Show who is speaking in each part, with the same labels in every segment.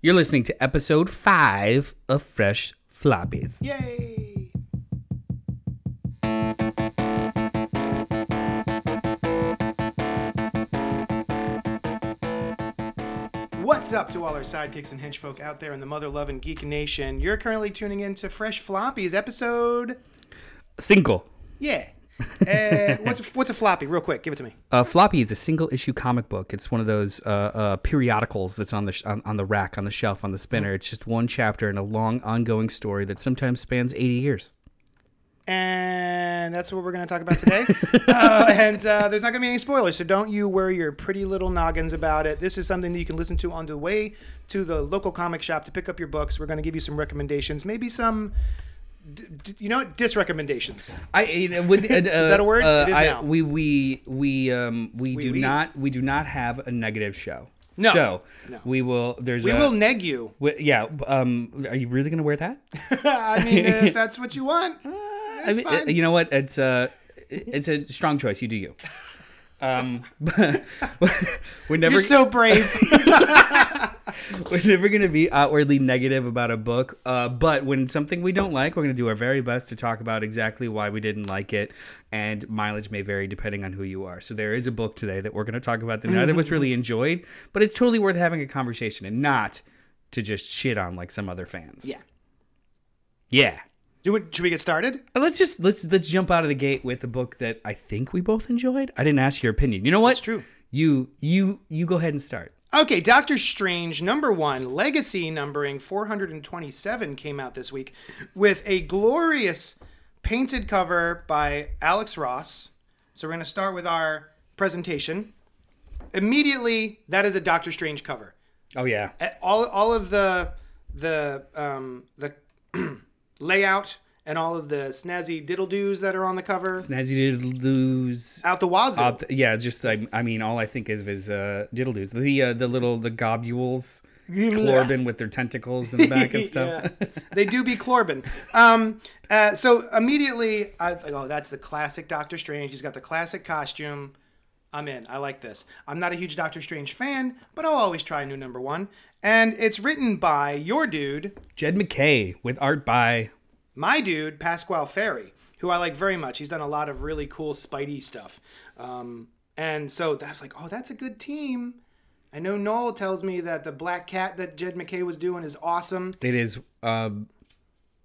Speaker 1: You're listening to episode five of Fresh Floppies.
Speaker 2: Yay! What's up to all our sidekicks and henchfolk out there in the mother loving geek nation? You're currently tuning in to Fresh Floppies episode.
Speaker 1: Single.
Speaker 2: Yeah. Uh, what's a, what's a floppy? Real quick, give it to me.
Speaker 1: Uh, floppy is a single issue comic book. It's one of those uh, uh, periodicals that's on the sh- on, on the rack, on the shelf, on the spinner. It's just one chapter in a long, ongoing story that sometimes spans 80 years.
Speaker 2: And that's what we're going to talk about today. uh, and uh, there's not going to be any spoilers, so don't you worry your pretty little noggins about it. This is something that you can listen to on the way to the local comic shop to pick up your books. We're going to give you some recommendations, maybe some, d- d- you know, what, disrecommendations.
Speaker 1: I it, uh, would, uh, is
Speaker 2: that a word? It is now.
Speaker 1: we we we um we, do
Speaker 2: we.
Speaker 1: not we do not have a negative show.
Speaker 2: No.
Speaker 1: So
Speaker 2: No.
Speaker 1: we will. There's
Speaker 2: We
Speaker 1: a,
Speaker 2: will neg you.
Speaker 1: we- yeah. Um, are you really gonna wear that?
Speaker 2: I mean, uh, if that's what you want.
Speaker 1: I mean, uh,
Speaker 2: fine.
Speaker 1: you know what? It's a it's a strong choice. You do you. Um, we're never
Speaker 2: You're so brave.
Speaker 1: we're never gonna be outwardly negative about a book, uh, but when something we don't like, we're gonna do our very best to talk about exactly why we didn't like it, and mileage may vary depending on who you are. So there is a book today that we're gonna talk about
Speaker 2: Mm-hmm.
Speaker 1: that neither of us really enjoyed, but it's totally worth having a conversation and not to just shit on like some other fans.
Speaker 2: yeah.
Speaker 1: Yeah.
Speaker 2: Do it, should we get started?
Speaker 1: Let's just let's let's jump out of the gate with a book that I think we both enjoyed. I didn't ask your opinion. You know what? It's
Speaker 2: true.
Speaker 1: You you you go ahead and start.
Speaker 2: Okay, Doctor Strange number one, Legacy numbering 427 came out this week with a glorious painted cover by Alex Ross. So we're going to start with our presentation. Immediately, that is a Doctor Strange cover.
Speaker 1: Oh yeah.
Speaker 2: A- All, all of the the um, the layout and all of the snazzy diddle doos that are on the cover
Speaker 1: Snazzy did lose.
Speaker 2: out the wazoo.
Speaker 1: Opt- yeah, just I, I mean, all I think is is uh, diddle doos. The uh, the little the gobules, Clorbin with their tentacles in the back and stuff.
Speaker 2: Yeah. they do be Clorbin. Um, uh, so immediately, I like, oh, that's the classic Doctor Strange. He's got the classic costume. I'm in. I like this. I'm not a huge Doctor Strange fan, but I'll always try a new number one. And it's written by your dude,
Speaker 1: Jed McKay with art by
Speaker 2: my dude, Pasquale Ferry, who I like very much. He's done a lot of really cool Spidey stuff. Um, and so I was like, oh, that's a good team. I know Noel tells me that the black cat that Jed McKay was doing is awesome.
Speaker 1: It is. Um,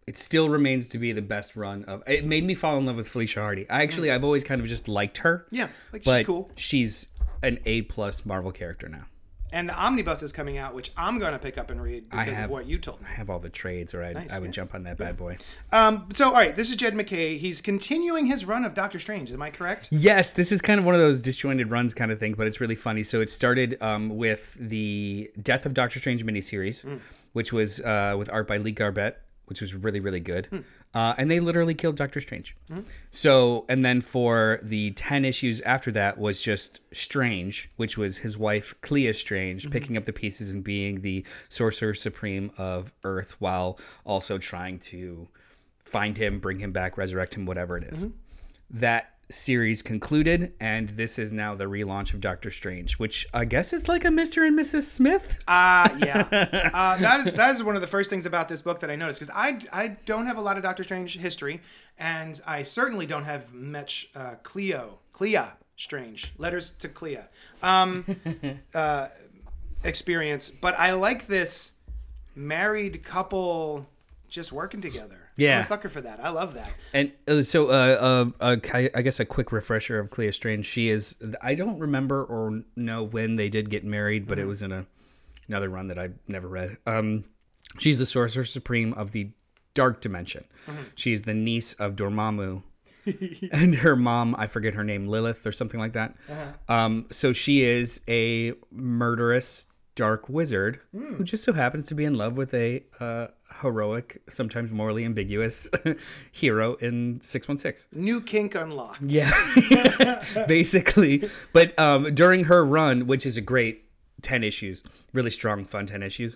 Speaker 1: it still remains to be the best run of. It made me fall in love with Felicia Hardy. I actually, I've always kind of just liked her.
Speaker 2: Yeah, like, she's
Speaker 1: but
Speaker 2: cool.
Speaker 1: She's an A plus Marvel character now.
Speaker 2: and the omnibus is coming out, which I'm going to pick up and read because
Speaker 1: have-
Speaker 2: of what you told me.
Speaker 1: I have all the trades, or I, I would jump on that bad boy.
Speaker 2: Um, so, all right, this is Jed McKay. He's continuing his run of Doctor Strange. Am I correct?
Speaker 1: Yes, this is kind of one of those disjointed runs kind of thing, but it's really funny. So it started um, with the Death of Doctor Strange miniseries, which was uh, with art by Lee Garbett, which was really, really good. Uh, and they literally killed Doctor Strange. So, and then for the 10 issues after that was just Strange, which was his wife, Clea Strange, picking up the pieces and being the Sorcerer Supreme of Earth while also trying to find him, bring him back, resurrect him, whatever it is. That series concluded, and this is now the relaunch of Doctor Strange, which I guess is like a Mr. and Mrs. Smith.
Speaker 2: Ah, yeah. Uh, that is that is one of the first things about this book that I noticed because I I don't have a lot of Doctor Strange history, and I certainly don't have much uh, Cleo Clea Strange letters to Clea um, uh, experience. But I like this married couple just working together. I'm
Speaker 1: Yeah.
Speaker 2: a sucker for that. I love that.
Speaker 1: And uh, so, uh, uh, uh, I I guess a quick refresher of Clea Strange. She is, I don't remember or know when they did get married, but it was in a, another run that I never read. Um, she's the Sorcerer Supreme of the Dark Dimension. She's the niece of Dormammu. and her mom, I forget her name, Lilith or something like that. Um, so she is a murderous dark wizard who just so happens to be in love with a uh, heroic, sometimes morally ambiguous hero in 616.
Speaker 2: New kink unlocked.
Speaker 1: Yeah, basically. But um, during her run, which is a great 10 issues, really strong, fun 10 issues,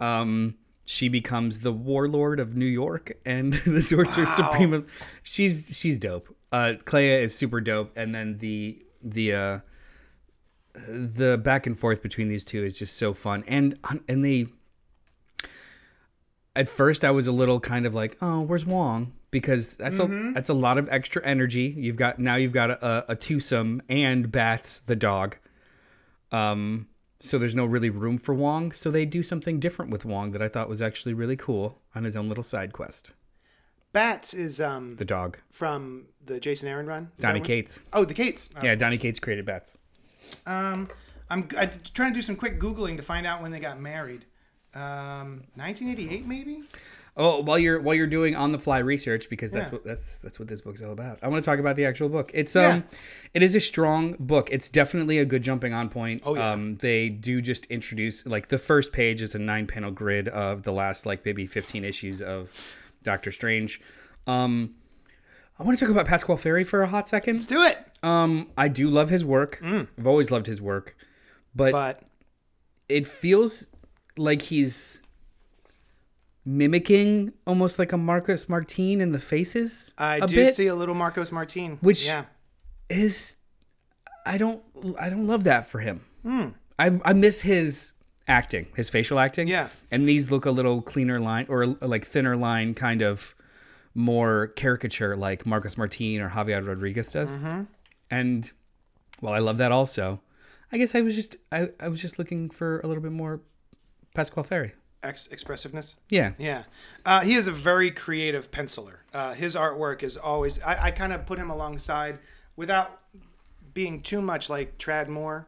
Speaker 1: um, she becomes the warlord of New York and the sorcerer supreme. Of, she's she's dope. Uh, Clea is super dope, and then the the uh, the back and forth between these two is just so fun. And and they at first I was a little kind of like, oh, where's Wong? Because that's
Speaker 2: Mm-hmm.
Speaker 1: a that's a lot of extra energy. You've got now you've got a, a twosome and Bats the dog. Um, so there's no really room for Wong. So they do something different with Wong that I thought was actually really cool on his own little side quest.
Speaker 2: Bats is um
Speaker 1: The dog,
Speaker 2: from the Jason Aaron run. Is that
Speaker 1: Donny
Speaker 2: one?
Speaker 1: Cates.
Speaker 2: Oh, the Cates. Oh,
Speaker 1: Yeah, Donny Cates created Bats.
Speaker 2: Um, I'm, I'm trying to do some quick googling to find out when they got married. Um, 1988 maybe.
Speaker 1: Oh, while you're while you're doing on the fly research, because that's
Speaker 2: Yeah.
Speaker 1: what that's that's what this book's all about. I want to talk about the actual book. It's
Speaker 2: Yeah.
Speaker 1: um, it is a strong book. It's definitely a good jumping on point. Oh
Speaker 2: yeah.
Speaker 1: Um, they do just introduce like the first page is a nine panel grid of the last like maybe fifteen issues of Doctor Strange. Um, I want to talk about Pascal Ferry for a hot second.
Speaker 2: Do Mm. it.
Speaker 1: Um, I do love his work. I've always loved his work, but
Speaker 2: But
Speaker 1: it feels like he's mimicking almost like a Marcus Martin in the faces
Speaker 2: I
Speaker 1: a
Speaker 2: do
Speaker 1: bit,
Speaker 2: see a little Marcos Martin.
Speaker 1: Which-
Speaker 2: yeah.
Speaker 1: Is I don't I don't love that for him.
Speaker 2: Hmm.
Speaker 1: I I miss his acting, his facial acting.
Speaker 2: Yeah.
Speaker 1: and these look a little cleaner line or like thinner line, kind of more caricature like Marcus Martin or Javier Rodriguez does.
Speaker 2: Mm-hmm.
Speaker 1: And well, I love that also. I guess I was just I, I was just looking for a little bit more Pascal Ferry.
Speaker 2: Ex- expressiveness.
Speaker 1: Yeah.
Speaker 2: Yeah. Uh, he is a very creative penciler. Uh, his artwork is always, I, I kind of put him alongside without being too much like Trad Moore.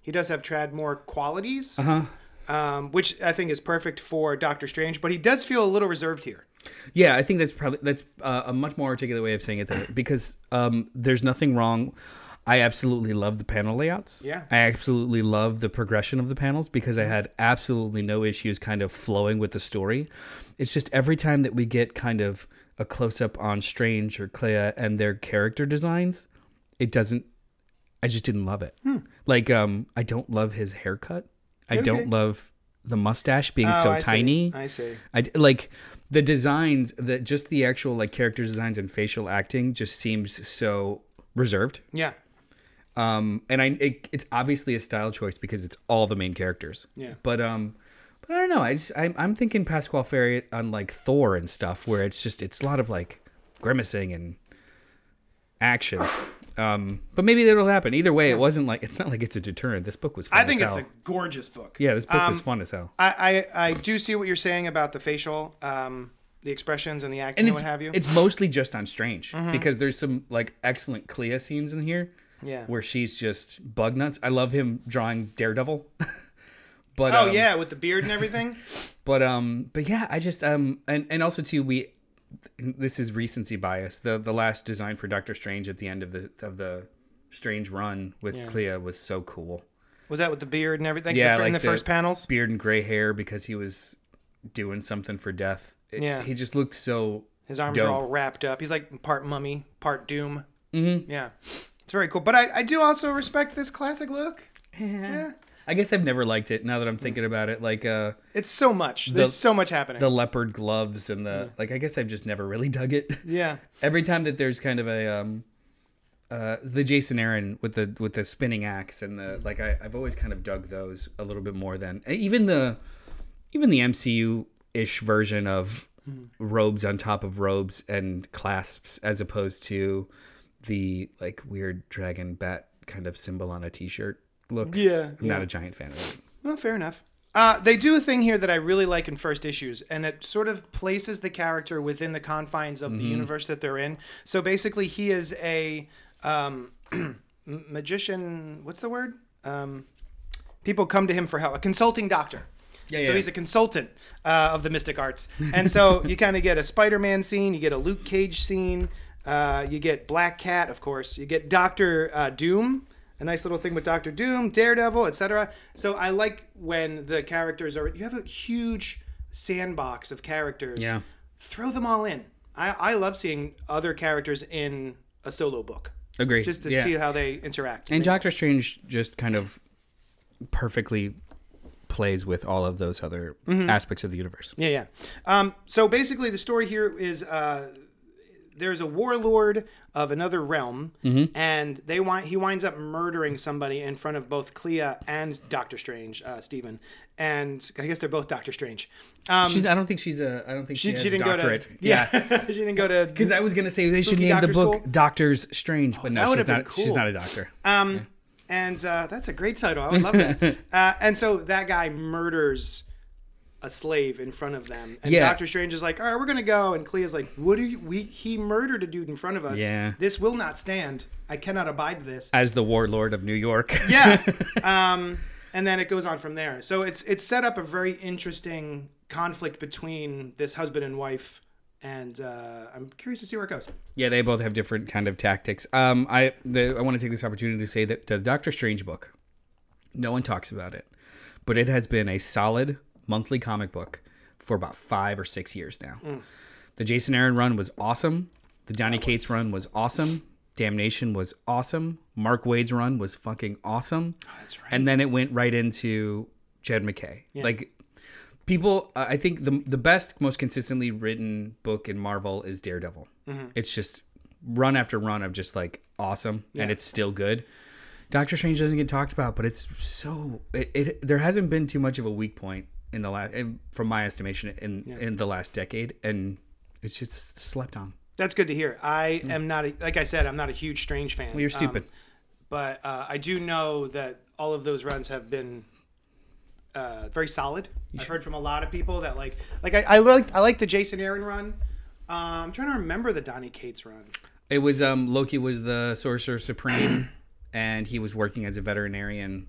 Speaker 2: He does have Trad Moore qualities,
Speaker 1: Uh-huh.
Speaker 2: um, which I think is perfect for Doctor Strange, but he does feel a little reserved here.
Speaker 1: Yeah, I think that's probably that's uh, a much more articulate way of saying it though, because um, there's nothing wrong. I absolutely love the panel layouts.
Speaker 2: Yeah.
Speaker 1: I absolutely love the progression of the panels because I had absolutely no issues kind of flowing with the story. It's just every time that we get kind of a close up on Strange or Clea and their character designs, it doesn't I just didn't love it. Like um I don't love his haircut. I
Speaker 2: Hmm. Okay. Oh,
Speaker 1: don't love the mustache being so
Speaker 2: I see.
Speaker 1: tiny.
Speaker 2: I see.
Speaker 1: I d- like the designs that just the actual like character designs and facial acting just seems so reserved.
Speaker 2: Yeah.
Speaker 1: Um, and I it, it's obviously a style choice because it's all the main characters.
Speaker 2: Yeah.
Speaker 1: But um, but I don't know. I just I'm, I'm thinking Pasquale Ferry on like Thor and stuff where it's just it's a lot of like grimacing and action. Um, but maybe that'll happen. Either way, it wasn't like it's not like it's a deterrent. This book was. Fun
Speaker 2: I think
Speaker 1: as
Speaker 2: it's a Um,
Speaker 1: hell.
Speaker 2: gorgeous book.
Speaker 1: yeah. This book was fun as hell.
Speaker 2: I, I, I do see what you're saying about the facial, um, the expressions and the
Speaker 1: and
Speaker 2: acting and,
Speaker 1: it's,
Speaker 2: what have you. Mm-hmm.
Speaker 1: It's mostly just on Strange because there's some like excellent Clea scenes in here
Speaker 2: Yeah.
Speaker 1: where she's just bug nuts. I love him drawing Daredevil. but
Speaker 2: Oh
Speaker 1: um,
Speaker 2: yeah, with the beard and everything.
Speaker 1: but um but yeah, I just um and and also too we this is recency bias. The the last design for Doctor Strange at the end of the of the Strange run with Clea was so cool.
Speaker 2: Was that with the beard and everything?
Speaker 1: Yeah,
Speaker 2: the, fir- in
Speaker 1: like
Speaker 2: the,
Speaker 1: the-
Speaker 2: first panels.
Speaker 1: Beard and gray hair because he was doing something for death. It-
Speaker 2: Yeah.
Speaker 1: he just looked so
Speaker 2: His arms are
Speaker 1: Dope.
Speaker 2: all wrapped up. He's like part mummy, part doom. Mm-hmm. Yeah, it's very cool. But I, I do also respect this classic look.
Speaker 1: I guess I've never liked it now
Speaker 2: Mm.
Speaker 1: that I'm thinking about it. Like uh
Speaker 2: It's so much. There's so much happening.
Speaker 1: the leopard gloves and the like i guess i've just never really dug it
Speaker 2: yeah,
Speaker 1: every time that there's kind of a um uh the jason aaron with the with the spinning axe and the like I, i've always kind of dug those a little bit more than eh, even the even the mcu ish version of
Speaker 2: Mm-hmm.
Speaker 1: robes on top of robes and clasps as opposed to the like weird dragon bat kind of symbol on a t-shirt look
Speaker 2: yeah.
Speaker 1: i'm
Speaker 2: yeah.
Speaker 1: not a giant fan of it
Speaker 2: Well, fair enough. Uh, they do a thing here that I really like in first issues, and it sort of places the character within the confines of
Speaker 1: Mm-hmm.
Speaker 2: the universe that they're in. So basically, he is a um, m- magician. What's the word? Um, people come to him for help. A consulting doctor.
Speaker 1: Yeah,
Speaker 2: so
Speaker 1: yeah.
Speaker 2: he's a consultant uh, of the mystic arts, and so you kind of get a Spider-Man scene, you get a Luke Cage scene, uh, you get Black Cat, of course, you get Doctor uh, Doom, a nice little thing with Doctor Doom, Daredevil, etc. So I like when the characters are. You have a huge sandbox of characters.
Speaker 1: Yeah.
Speaker 2: Throw them all in. I, I love seeing other characters in a solo book
Speaker 1: agree
Speaker 2: just to
Speaker 1: Yeah.
Speaker 2: see how they interact.
Speaker 1: And Doctor Strange just kind of perfectly plays with all of those other
Speaker 2: Mm-hmm.
Speaker 1: aspects of the universe.
Speaker 2: Yeah, yeah. Um, so basically, the story here is uh, there's a warlord of another realm,
Speaker 1: Mm-hmm.
Speaker 2: and they wind, he winds up murdering somebody in front of both Clea and Doctor Strange, uh, Stephen, and I guess they're both Doctor Strange. Um,
Speaker 1: She's, I don't think she's a. I don't think she,
Speaker 2: she,
Speaker 1: has
Speaker 2: she didn't
Speaker 1: a doctorate.
Speaker 2: go to yeah, she didn't go to
Speaker 1: Because I was gonna say they should
Speaker 2: Spooky
Speaker 1: name the
Speaker 2: Doctor
Speaker 1: book
Speaker 2: School? Oh,
Speaker 1: Doctors Strange, but
Speaker 2: that
Speaker 1: no,
Speaker 2: would've
Speaker 1: she's
Speaker 2: been
Speaker 1: not. She's
Speaker 2: cool.
Speaker 1: not a doctor.
Speaker 2: Um, and uh, that's a great title. I would love that. uh, and so that guy murders a slave in front of them, and
Speaker 1: Yeah.
Speaker 2: Doctor Strange is like, "All right, we're gonna go." And Clea's like, "What are you? We he murdered a dude in front of us.
Speaker 1: Yeah.
Speaker 2: This will not stand. I cannot abide this."
Speaker 1: As the warlord of New York.
Speaker 2: yeah. Um, and then it goes on from there. So it's it's set up a very interesting conflict between this husband and wife, and uh, I'm curious to see where it goes.
Speaker 1: Yeah, they both have different kind of tactics. Um, I the, I want to take this opportunity to say that the Doctor Strange book, no one talks about it, but it has been a solid monthly comic book for about five or six years now.
Speaker 2: Mm.
Speaker 1: The Jason Aaron run was awesome. The Johnny Cates run was awesome. Damnation was awesome. Mark Wade's run was fucking awesome.
Speaker 2: Oh, That's right.
Speaker 1: and then it went right into Jed McKay. Like people, I I think the the best, most consistently written book in Marvel is Daredevil. It's just run after run of just like awesome, and it's still good. Doctor Strange doesn't get talked about, but it's so it, it there hasn't been too much of a weak point in the last, from my estimation, in in the last decade, and it's just slept on.
Speaker 2: That's good to hear. I am not a, like I said, I'm not a huge Strange fan. Well,
Speaker 1: Hmm. you're stupid.
Speaker 2: but uh, I do know that all of those runs have been uh, very solid. I've heard from a lot of people that like, like I, I like I like the Jason Aaron run. Um, I'm trying to remember the Donnie Cates run.
Speaker 1: It was um Loki was the sorcerer supreme, and he was working as a veterinarian,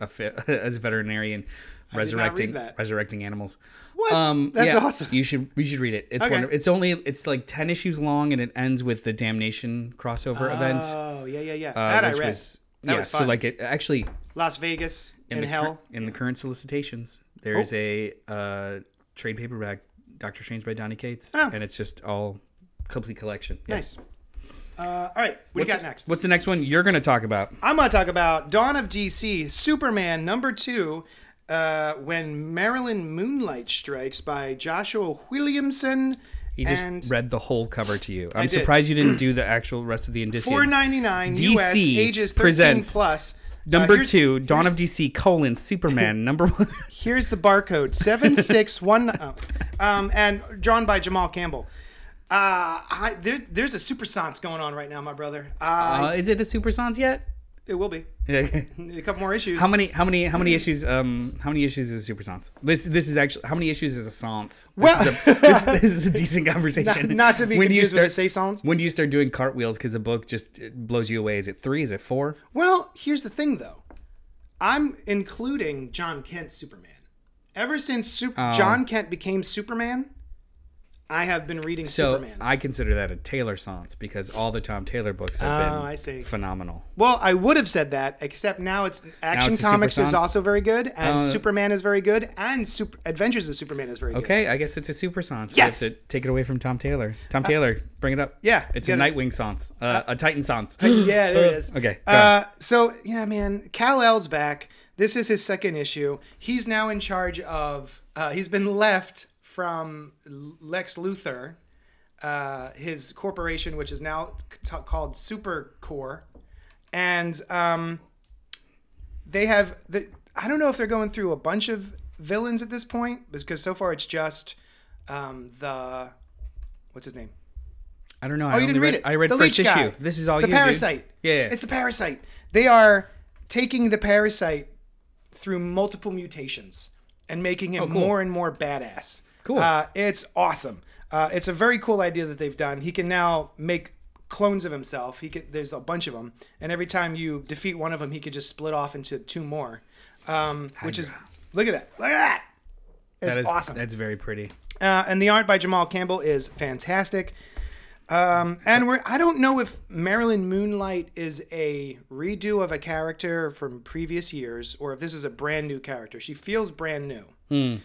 Speaker 1: a fi- as a veterinarian, resurrecting
Speaker 2: that.
Speaker 1: resurrecting animals. Um,
Speaker 2: What? That's awesome.
Speaker 1: You should you should read it. It's
Speaker 2: Okay.
Speaker 1: wonderful. It's only it's like ten issues long, and it ends with the damnation crossover event. uh,
Speaker 2: Oh yeah, yeah, yeah. that I
Speaker 1: which
Speaker 2: read.
Speaker 1: was-
Speaker 2: that
Speaker 1: yeah,
Speaker 2: was
Speaker 1: so
Speaker 2: fun.
Speaker 1: like it actually
Speaker 2: Las Vegas in,
Speaker 1: the
Speaker 2: Hell. Oh.
Speaker 1: cur- in the current solicitations, there is a uh, trade paperback Doctor Strange by Donny Cates,
Speaker 2: Oh.
Speaker 1: and it's just all complete collection. Yeah.
Speaker 2: nice. Uh, all right, what do you got next?
Speaker 1: What's the next one you're going to talk about?
Speaker 2: I'm going to talk about Dawn of DC, Superman number two, uh, When Marilyn Moonlight Strikes by Joshua Williamson.
Speaker 1: He just
Speaker 2: and
Speaker 1: read the whole cover to you. I'm
Speaker 2: did.
Speaker 1: surprised you didn't do the actual rest of the indicia.
Speaker 2: four ninety nine
Speaker 1: DC
Speaker 2: US ages thirteen
Speaker 1: presents
Speaker 2: plus.
Speaker 1: Number
Speaker 2: Uh, here's-
Speaker 1: two, Dawn of DC colon Superman number one.
Speaker 2: Here's the barcode seven six one, um, and drawn by Jamal Campbell. Uh, I, there, there's a supersonics going on right now, my brother. Uh,
Speaker 1: Uh, is it a Super Sans yet?
Speaker 2: it will be
Speaker 1: how
Speaker 2: a couple more issues.
Speaker 1: many? How many? How many issues? Um, how many issues is a Super Sans? This this is actually how many issues is a Sans?
Speaker 2: Well-
Speaker 1: this is a, this, this is a decent conversation.
Speaker 2: Not to be
Speaker 1: when do you
Speaker 2: confused
Speaker 1: start
Speaker 2: with the Saisons.
Speaker 1: when do you start doing cartwheels? Because the book just it blows you away. Is it three? Is it four?
Speaker 2: Well, here's the thing, though. I'm including John Kent's Superman. Ever since Sup-
Speaker 1: Oh.
Speaker 2: John Kent became Superman, I have been reading
Speaker 1: So
Speaker 2: Superman.
Speaker 1: I consider that a Taylor Sans because all the Tom Taylor books have
Speaker 2: Oh,
Speaker 1: been
Speaker 2: I see.
Speaker 1: phenomenal.
Speaker 2: well, I would have said that, except now it's Action
Speaker 1: it's a
Speaker 2: Comics is
Speaker 1: Supersons.
Speaker 2: also very good, and Superman is very good, and Super- Adventures of Superman is very good.
Speaker 1: Okay, I guess it's a super sans.
Speaker 2: Yes!
Speaker 1: We have to take it away from Tom Taylor. Tom Taylor, bring it up.
Speaker 2: yeah,
Speaker 1: It's a
Speaker 2: get it.
Speaker 1: Nightwing sans. Uh, a Titan sans.
Speaker 2: yeah, there it is.
Speaker 1: Oh, okay, go
Speaker 2: Uh, so yeah, man, Kal El's back. This is his second issue. He's now in charge of. Uh, he's been left from Lex Luthor, uh, his corporation, which is now c- called Supercore, and um, they have the. I don't know if they're going through a bunch of villains at this point because so far it's just um, the. What's his name?
Speaker 1: I don't know. I
Speaker 2: Oh, you
Speaker 1: only
Speaker 2: didn't read, it.
Speaker 1: I read
Speaker 2: the
Speaker 1: first
Speaker 2: leech guy.
Speaker 1: issue. This is all
Speaker 2: the
Speaker 1: you. dude.
Speaker 2: parasite.
Speaker 1: Yeah, yeah.
Speaker 2: it's the parasite. They are taking the parasite through multiple mutations and making him more and more badass.
Speaker 1: Oh, Cool.
Speaker 2: Uh, it's awesome. Uh, it's a very cool idea that they've done. He can now make clones of himself. He can, there's a bunch of them, and every time you defeat one of them, he could just split off into two more. Um, which is look at that. Look at that. It's
Speaker 1: that is
Speaker 2: awesome.
Speaker 1: That's very pretty.
Speaker 2: Uh, and the art by Jamal Campbell is fantastic. Um, and we're I don't know if Marilyn Moonlight is a redo of a character from previous years or if this is a brand new character. She feels brand new.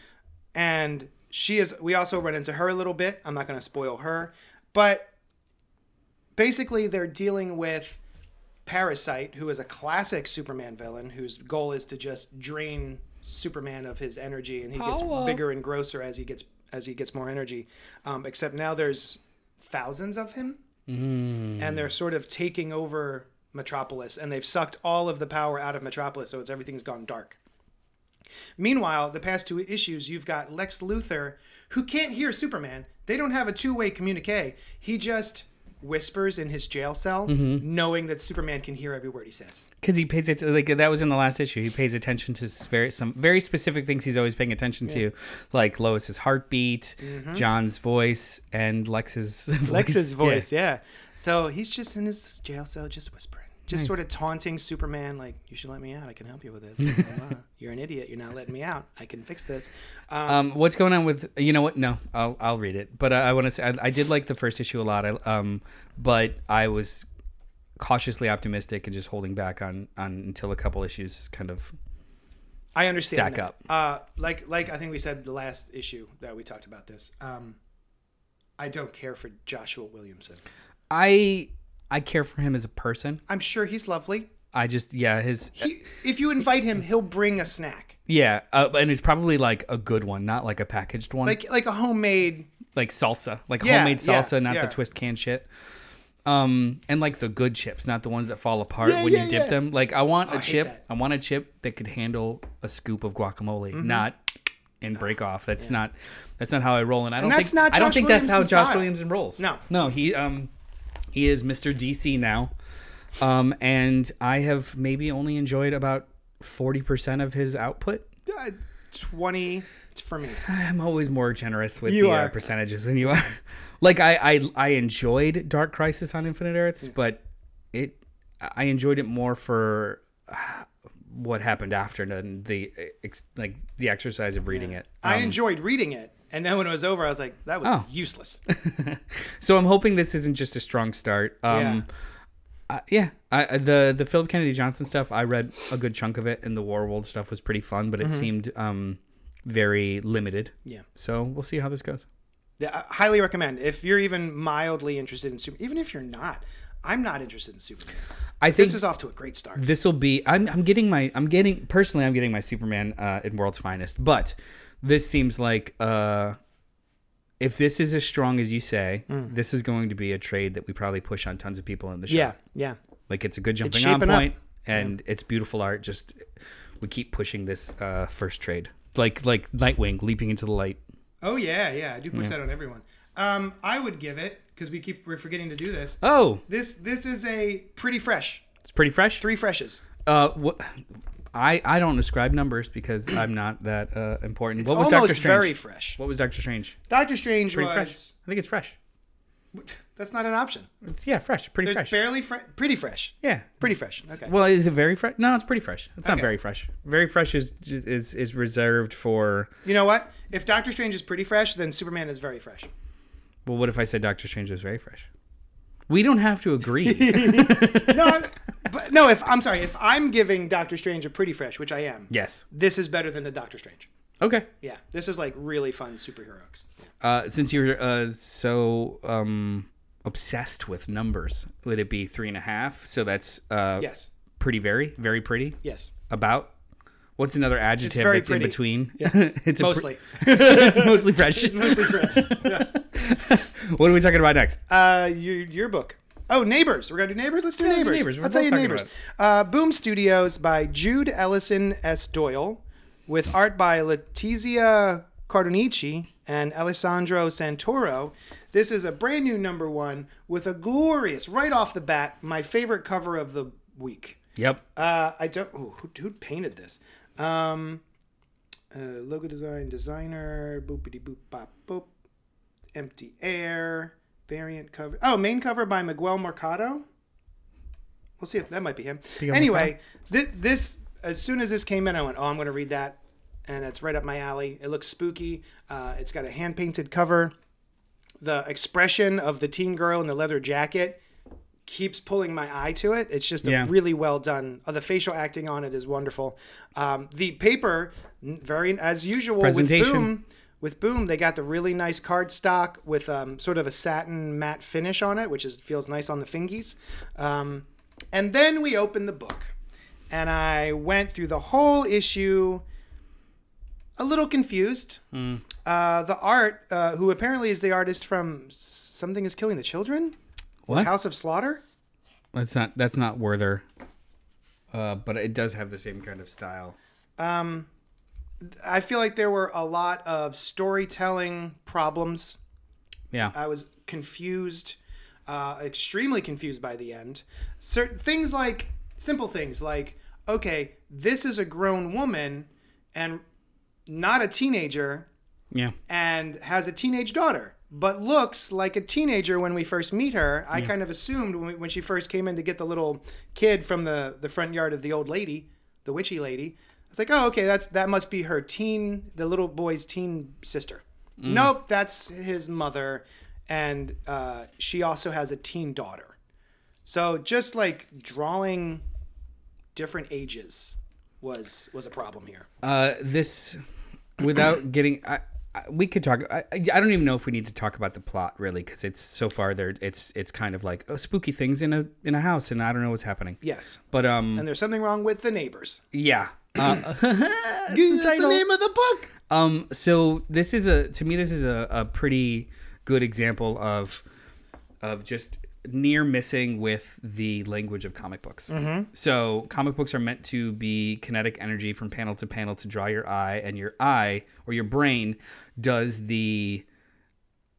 Speaker 2: And she is we also run into her a little bit. I'm not going to spoil her, but basically they're dealing with Parasite, who is a classic Superman villain whose goal is to just drain Superman of his energy, and he gets
Speaker 1: Power.
Speaker 2: bigger and grosser as he gets as he gets more energy. Um, except now there's thousands of him, and they're sort of taking over Metropolis, and they've sucked all of the power out of Metropolis, so it's everything's gone dark. Meanwhile, the past two issues, you've got Lex Luthor, who can't hear Superman. They don't have a two way communique. He just whispers in his jail cell,
Speaker 1: Mm-hmm.
Speaker 2: knowing that Superman can hear every word he says.
Speaker 1: Because he pays it like that was in the last issue. He pays attention to s- very some very specific things. He's always paying attention to, like Lois's heartbeat, John's voice, and Lex's voice.
Speaker 2: Mm-hmm. Lex's
Speaker 1: Yeah.
Speaker 2: voice, yeah. So he's just in his jail cell, just whispering, just sort of taunting Superman, like, "You should let me out. I can help you with this. Blah, blah, blah. You're an idiot. You're not letting me out. I can fix this." Um,
Speaker 1: Um, what's going on with you know what? No, I'll I'll read it. But I, I want to say I, I did like the first issue a lot. I, um, but I was cautiously optimistic and just holding back on on until a couple issues kind of
Speaker 2: I understand.
Speaker 1: Stack
Speaker 2: that. Uh, like, like I think we said the last issue that we talked about this. Um, I don't care for Joshua Williamson.
Speaker 1: I I care for him as a person.
Speaker 2: I'm sure he's lovely.
Speaker 1: I just yeah his
Speaker 2: He, if you invite him, he'll bring a snack,
Speaker 1: yeah uh, and it's probably like a good one, not like a packaged one.
Speaker 2: like like a homemade.
Speaker 1: like salsa, like
Speaker 2: Yeah,
Speaker 1: homemade
Speaker 2: yeah,
Speaker 1: salsa, not
Speaker 2: yeah.
Speaker 1: the twist can shit. Um, and like the good chips, not the ones that fall apart
Speaker 2: Yeah,
Speaker 1: when
Speaker 2: yeah,
Speaker 1: you dip
Speaker 2: yeah. Oh,
Speaker 1: them. Like I want a
Speaker 2: hate
Speaker 1: chip.
Speaker 2: that.
Speaker 1: I want a chip that could handle a scoop of guacamole,
Speaker 2: Mm-hmm.
Speaker 1: not and break off. That's not that's not how I roll. And I don't
Speaker 2: that's
Speaker 1: think
Speaker 2: not
Speaker 1: I don't
Speaker 2: Josh
Speaker 1: think that's
Speaker 2: Williamson's
Speaker 1: how Josh
Speaker 2: style.
Speaker 1: Williamson rolls.
Speaker 2: No.
Speaker 1: no, he um he is Mr. DC now. Um, and I have maybe only enjoyed about forty percent of his output.
Speaker 2: Uh, Twenty for me.
Speaker 1: I'm always more generous with
Speaker 2: You
Speaker 1: the
Speaker 2: are.
Speaker 1: Uh, percentages than you are. like I, I I enjoyed Dark Crisis on Infinite Earths,
Speaker 2: Mm.
Speaker 1: but it I enjoyed it more for uh, what happened after than the uh, ex, like the exercise of reading it.
Speaker 2: I enjoyed reading it, and then when it was over, I was like, "That
Speaker 1: Oh.
Speaker 2: was useless."
Speaker 1: So I'm hoping this isn't just a strong start. Um uh, yeah, I, I- the the Philip Kennedy Johnson stuff. I read a good chunk of it, and the Warworld stuff was pretty fun, but it seemed um, very limited.
Speaker 2: Mm-hmm. Yeah.
Speaker 1: So we'll see how this goes.
Speaker 2: Yeah, I highly recommend if you're even mildly interested in Superman. Even if you're not, I'm not interested in Superman.
Speaker 1: I think
Speaker 2: This is off to a great start.
Speaker 1: this will be I'm, I'm getting my i'm getting personally i'm getting my superman uh, in world's finest but this seems like uh if this is as strong as you say this is going to be a trade that we probably push on tons of people in the show
Speaker 2: Hmm. Yeah, yeah.
Speaker 1: like it's a good jumping on
Speaker 2: shaping up.
Speaker 1: point and it's beautiful art just we keep pushing this uh first trade like like nightwing leaping into the light
Speaker 2: Oh yeah, yeah. I do push that on everyone. Um, I would give it because we keep we're forgetting to do this.
Speaker 1: oh
Speaker 2: This this is a pretty fresh
Speaker 1: it's pretty fresh
Speaker 2: three freshes.
Speaker 1: uh what I, I don't describe numbers because I'm not that uh, important. what was Doctor
Speaker 2: Almost
Speaker 1: Strange?
Speaker 2: very fresh.
Speaker 1: What was Doctor Strange?
Speaker 2: Doctor Strange
Speaker 1: pretty
Speaker 2: was
Speaker 1: fresh. I think it's fresh.
Speaker 2: that's not an option.
Speaker 1: It's yeah, fresh, pretty
Speaker 2: It's
Speaker 1: fresh.
Speaker 2: barely fresh. Pretty fresh.
Speaker 1: yeah.
Speaker 2: Pretty fresh. Okay.
Speaker 1: Well, is it very fresh? No, it's pretty fresh. It's not
Speaker 2: Okay.
Speaker 1: very fresh. Very fresh is is is reserved for.
Speaker 2: you know what? If Doctor Strange is pretty fresh, then Superman is very fresh.
Speaker 1: Well, what if I said Doctor Strange was very fresh? We don't have to agree.
Speaker 2: No, I'm, but no. If I'm sorry, if I'm giving Doctor Strange a pretty fresh, which I am,
Speaker 1: yes.
Speaker 2: this is better than the Doctor Strange.
Speaker 1: Okay.
Speaker 2: Yeah, this is like really fun superheroes.
Speaker 1: Uh, since you're uh, so um, obsessed with numbers, would it be three and a half? So that's uh,
Speaker 2: Yes,
Speaker 1: pretty very, very pretty.
Speaker 2: yes,
Speaker 1: About. What's another adjective
Speaker 2: very
Speaker 1: that's
Speaker 2: pretty.
Speaker 1: in between? it's a pr-
Speaker 2: mostly.
Speaker 1: it's mostly fresh.
Speaker 2: mostly fresh. Yeah.
Speaker 1: what are we talking about next?
Speaker 2: Uh, your your book. Oh, neighbors. We're gonna do neighbors. Let's do
Speaker 1: let's do
Speaker 2: neighbors.
Speaker 1: Neighbors. We're
Speaker 2: I'll tell
Speaker 1: both
Speaker 2: you
Speaker 1: talking
Speaker 2: neighbors. Uh, Boom Studios by Jude Ellison S. Doyle, with art by Letizia Cardonici and Alessandro Santoro. This is a brand new number one with a glorious right off the bat. My favorite cover of the week.
Speaker 1: Yep.
Speaker 2: Uh, I don't. Ooh, who, who painted this? Um, uh, logo design designer. Boopity boop bop boop. Empty air. Variant cover. Oh, main cover by Miguel Mercado. We'll see if that might be him. Anyway, thi- this as soon as this came in, I went, "Oh, I'm going to read that," and it's right up my alley. It looks spooky. Uh, it's got a hand painted cover. The expression of the teen girl in the leather jacket keeps pulling my eye to it. It's just a
Speaker 1: Yeah.
Speaker 2: really well done. Uh, the facial acting on it is wonderful. Um, the paper, n- very as usual with
Speaker 1: Presentation.
Speaker 2: Boom. With Boom, they got the really nice card stock with um, sort of a satin matte finish on it, which is feels nice on the fingies. Um, and then we opened the book, and
Speaker 1: Mm.
Speaker 2: I went through the whole issue a little confused. Uh, the art, uh, who apparently is the artist from Something Is Killing the Children,
Speaker 1: What?
Speaker 2: House of Slaughter.
Speaker 1: That's not that's not Werther. Uh, but it does have the same kind of style.
Speaker 2: I feel like there were a lot of storytelling problems.
Speaker 1: Yeah.
Speaker 2: I was confused, uh, extremely confused by the end. Certain things like simple things like, okay, this is a grown woman and not a teenager,
Speaker 1: yeah.
Speaker 2: and has a teenage daughter, but looks like a teenager when we first meet her. I kind of assumed when, we, when she first came in to get the little kid from the, the front yard of the old lady, the witchy lady. I was like, oh, okay, that's that must be her teen, the little boy's teen sister. Nope, that's his mother, and uh, she also has a teen daughter. So just like drawing different ages was was a problem here.
Speaker 1: Uh, this without getting I, I, we could talk I, I I don't even know if we need to talk about the plot really cuz it's so far there it's it's kind of like oh, spooky things in a in a house and I don't know what's happening.
Speaker 2: Yes,
Speaker 1: But um
Speaker 2: and there's something wrong with the neighbors.
Speaker 1: yeah. Uh,
Speaker 2: That's
Speaker 1: title.
Speaker 2: the name of the book.
Speaker 1: Um, so this is a to me this is a, a pretty good example of of just near missing with the language of comic books. So comic books are meant to be kinetic energy from panel to panel to draw your eye, and your eye or your brain does the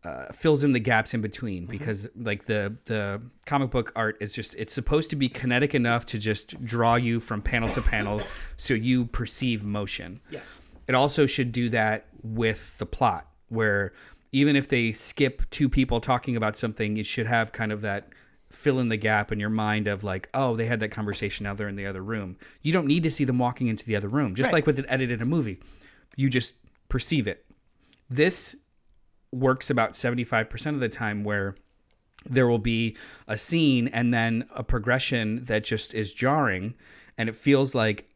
Speaker 1: uh, fills in the gaps in between because like the the comic book art is just it's supposed to be kinetic enough to just draw you from panel to panel so you perceive motion
Speaker 2: Yes.
Speaker 1: it also should do that with the plot where even if they skip two people talking about something it should have kind of that fill in the gap in your mind of like oh they had that conversation now they're in the other room you don't need to see them walking into the other room just like with an edit in a movie you just perceive it this works about 75% of the time where there will be a scene and then a progression that just is jarring and it feels like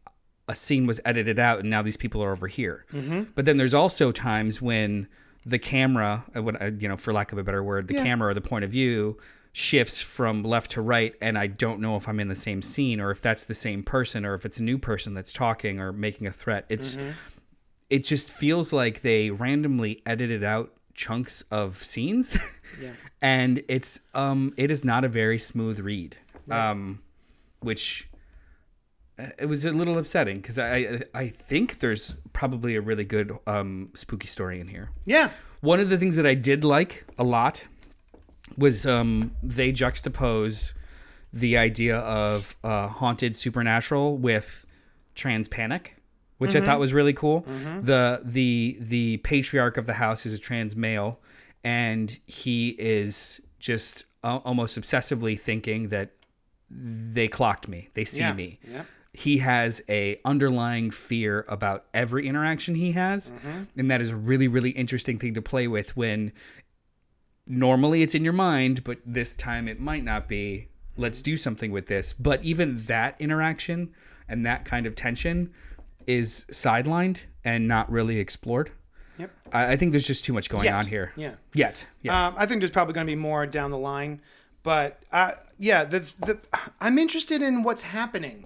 Speaker 1: a scene was edited out and now these people are over here but then there's also times when the camera uh, what uh, you know for lack of a better word the camera or the point of view shifts from left to right and i don't know if i'm in the same scene or if that's the same person or if it's a new person that's talking or making a threat it's it just feels like they randomly edited out chunks of scenes and it's um it is not a very smooth read um which uh, it was a little upsetting because I, I i think there's probably a really good um spooky story in here
Speaker 2: Yeah.
Speaker 1: one of the things that I did like a lot was um, they juxtapose the idea of uh, haunted supernatural with trans panic, which
Speaker 2: Mm-hmm.
Speaker 1: I thought was really cool. The the the patriarch of the house is a trans male, and he is just uh, almost obsessively thinking that they clocked me, they see
Speaker 2: Yeah.
Speaker 1: me
Speaker 2: Yeah.
Speaker 1: he has a underlying fear about every interaction he has
Speaker 2: Mm-hmm.
Speaker 1: and that is a really really interesting thing to play with when normally it's in your mind but this time it might not be let's do something with this but even that interaction and that kind of tension is sidelined and not really explored
Speaker 2: Yep.
Speaker 1: i, I think there's just too much going
Speaker 2: Yet.
Speaker 1: on here
Speaker 2: Yeah.
Speaker 1: yet yeah
Speaker 2: Um, I think there's probably going to be more down the line, but uh, yeah, the, the I'm interested in what's happening.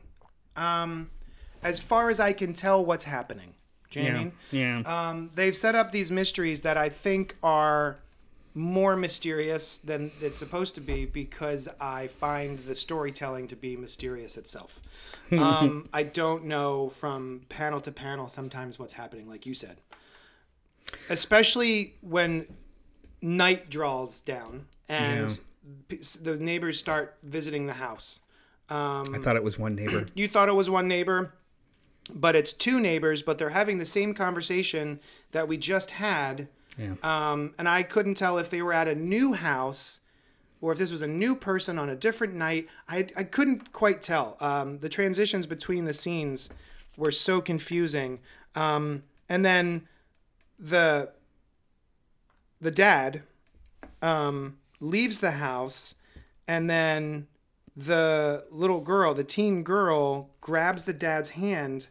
Speaker 2: Um, as far as I can tell, what's happening. Do you know what I mean?
Speaker 1: yeah
Speaker 2: um, they've set up these mysteries that I think are more mysterious than it's supposed to be because I find the storytelling to be mysterious itself. Um, I don't know from panel to panel sometimes what's happening, like you said. Especially when night draws down and p the neighbors start visiting the house. Um,
Speaker 1: i thought it was one neighbor
Speaker 2: you thought it was one neighbor, but it's two neighbors, but they're having the same conversation that we just had.
Speaker 1: Yeah.
Speaker 2: Um, and I couldn't tell if they were at a new house or if this was a new person on a different night. I, I couldn't quite tell. Um, the transitions between the scenes were so confusing. Um, and then the the dad um, leaves the house and then the little girl, the teen girl, grabs the dad's hand,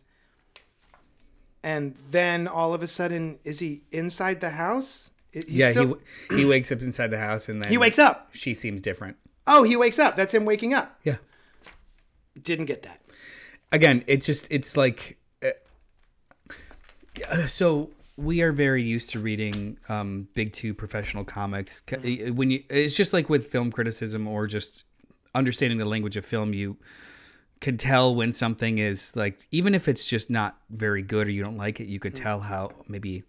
Speaker 2: and then all of a sudden, is he inside the house? I- he's
Speaker 1: yeah
Speaker 2: still-
Speaker 1: he he, he wakes up inside the house and then
Speaker 2: he wakes up.
Speaker 1: she seems different
Speaker 2: Oh, he wakes up. That's him waking up.
Speaker 1: yeah
Speaker 2: Didn't get that.
Speaker 1: again, it's just it's like uh, uh, so we are very used to reading um, big two professional comics. C- When you, it's just like with film criticism or just understanding the language of film, you can tell when something is like, even if it's just not very good or you don't like it, you could tell how maybe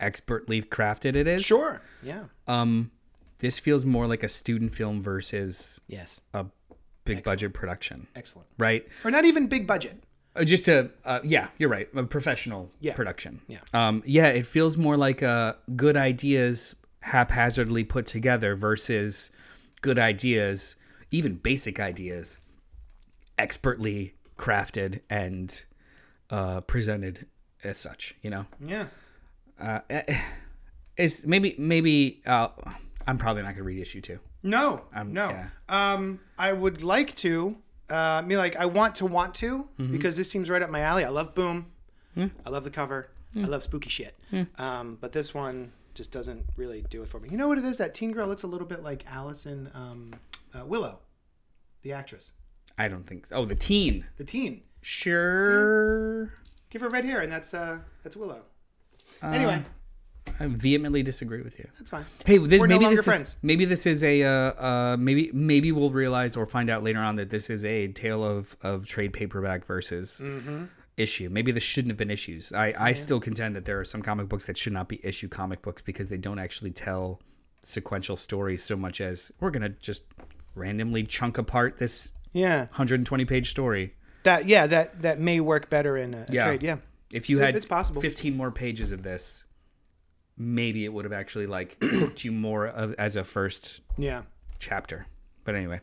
Speaker 1: expertly crafted it is.
Speaker 2: Sure. Yeah.
Speaker 1: This feels more like a student film versus
Speaker 2: yes.
Speaker 1: a big budget production,
Speaker 2: Excellent.
Speaker 1: right?
Speaker 2: Or not even big budget.
Speaker 1: Uh, just a uh, yeah you're right a professional
Speaker 2: Yeah.
Speaker 1: production
Speaker 2: Yeah.
Speaker 1: um yeah it feels more like uh good ideas haphazardly put together versus good ideas even basic ideas expertly crafted and uh presented as such you know
Speaker 2: Yeah.
Speaker 1: it's maybe maybe uh i'm probably not gonna read issue two
Speaker 2: No. no.
Speaker 1: yeah.
Speaker 2: Um, I would like to. Uh, I mean, like, I want to want to because this seems right up my alley. I love Boom. I love the cover. I love spooky shit. Um, but this one just doesn't really do it for me. You know what it is? That teen girl looks a little bit like Allison um, uh, Willow, the actress,
Speaker 1: i don't think so. oh the teen
Speaker 2: the teen.
Speaker 1: sure
Speaker 2: Give her red hair, and that's uh, that's Willow. anyway,
Speaker 1: i vehemently disagree with you
Speaker 2: that's fine.
Speaker 1: Hey, this,
Speaker 2: We're no
Speaker 1: maybe
Speaker 2: longer
Speaker 1: this
Speaker 2: friends.
Speaker 1: is maybe this is a uh, uh, maybe maybe we'll realize or find out later on that this is a tale of of trade paperback versus
Speaker 2: Mm-hmm.
Speaker 1: issue. Maybe this shouldn't have been issues. I I still contend that there are some comic books that should not be issue comic books because they don't actually tell sequential stories so much as we're gonna just randomly chunk apart this
Speaker 2: Yeah,
Speaker 1: 120 page story.
Speaker 2: that yeah that that may work better in a, a
Speaker 1: Yeah.
Speaker 2: trade. Yeah,
Speaker 1: If you
Speaker 2: So
Speaker 1: had
Speaker 2: it's possible.
Speaker 1: 15 more pages of this, maybe it would have actually like hooked you more of, as a first
Speaker 2: yeah.
Speaker 1: chapter. But anyway,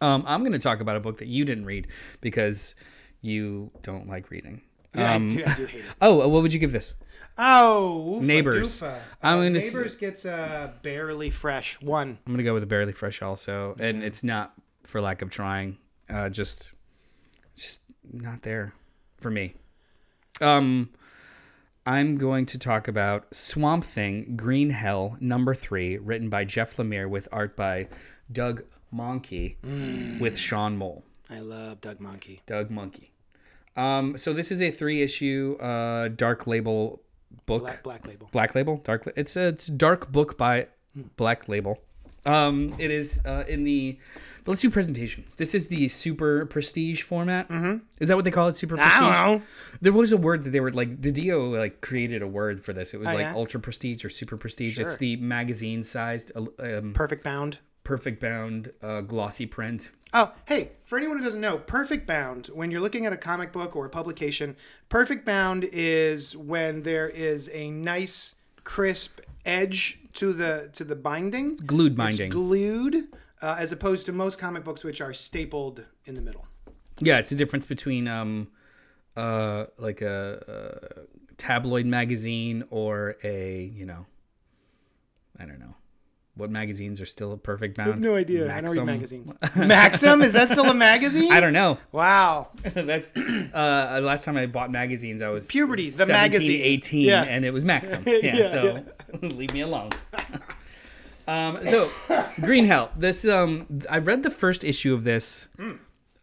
Speaker 1: um, I'm going to talk about a book that you didn't read because you don't like reading.
Speaker 2: Yeah,
Speaker 1: Um,
Speaker 2: I, do, I do hate it.
Speaker 1: Oh, what would you give this?
Speaker 2: Oh, oofa
Speaker 1: Neighbors.
Speaker 2: doofa.
Speaker 1: I'm
Speaker 2: Uh,
Speaker 1: gonna s-
Speaker 2: neighbors gets a barely fresh one.
Speaker 1: I'm going to go with a barely fresh also, and it's not for lack of trying. Uh, just, it's just not there for me. Um, I'm going to talk about Swamp Thing, Green Hell, number three, written by Jeff Lemire with art by Doug Monkey with Sean Mole.
Speaker 2: I love Doug Monkey.
Speaker 1: Doug Monkey. Um, so this is a three-issue uh, dark label book.
Speaker 2: Black
Speaker 1: Black,
Speaker 2: Black Label.
Speaker 1: label, dark. la- It's a it's a dark book by
Speaker 2: Hmm.
Speaker 1: Black Label. Um, it is uh, in the. But let's do presentation. This is the super prestige format. Mm-hmm. Is that what they call it? Super prestige.
Speaker 2: know.
Speaker 1: There was a word that they were like. Didio like created a word for this. It was like
Speaker 2: Oh, yeah?
Speaker 1: ultra prestige or super prestige. It's
Speaker 2: Sure.
Speaker 1: the magazine-sized, um,
Speaker 2: Perfect Bound.
Speaker 1: perfect bound, uh, glossy print.
Speaker 2: Oh, hey, for anyone who doesn't know, Perfect Bound, when you're looking at a comic book or a publication, Perfect Bound is when there is a nice crisp edge to the to the binding.
Speaker 1: Glued binding.
Speaker 2: Glued uh, as opposed to most comic books which are stapled in the middle.
Speaker 1: Yeah, it's the difference between um, uh, like a, a tabloid magazine or a you know, I don't know, what magazines are still a perfect bound.
Speaker 2: No idea. I
Speaker 1: Maxim?
Speaker 2: don't read magazines. Maxim? Is that still a magazine?
Speaker 1: I don't know.
Speaker 2: Wow.
Speaker 1: That's uh, the last time I bought magazines. I was
Speaker 2: Puberty, the
Speaker 1: 17,
Speaker 2: magazine.
Speaker 1: eighteen,
Speaker 2: Yeah.
Speaker 1: and it was Maxim. Yeah,
Speaker 2: Yeah,
Speaker 1: so leave me alone. um, so Green Hell. This um, I read the first issue of this
Speaker 2: Hmm.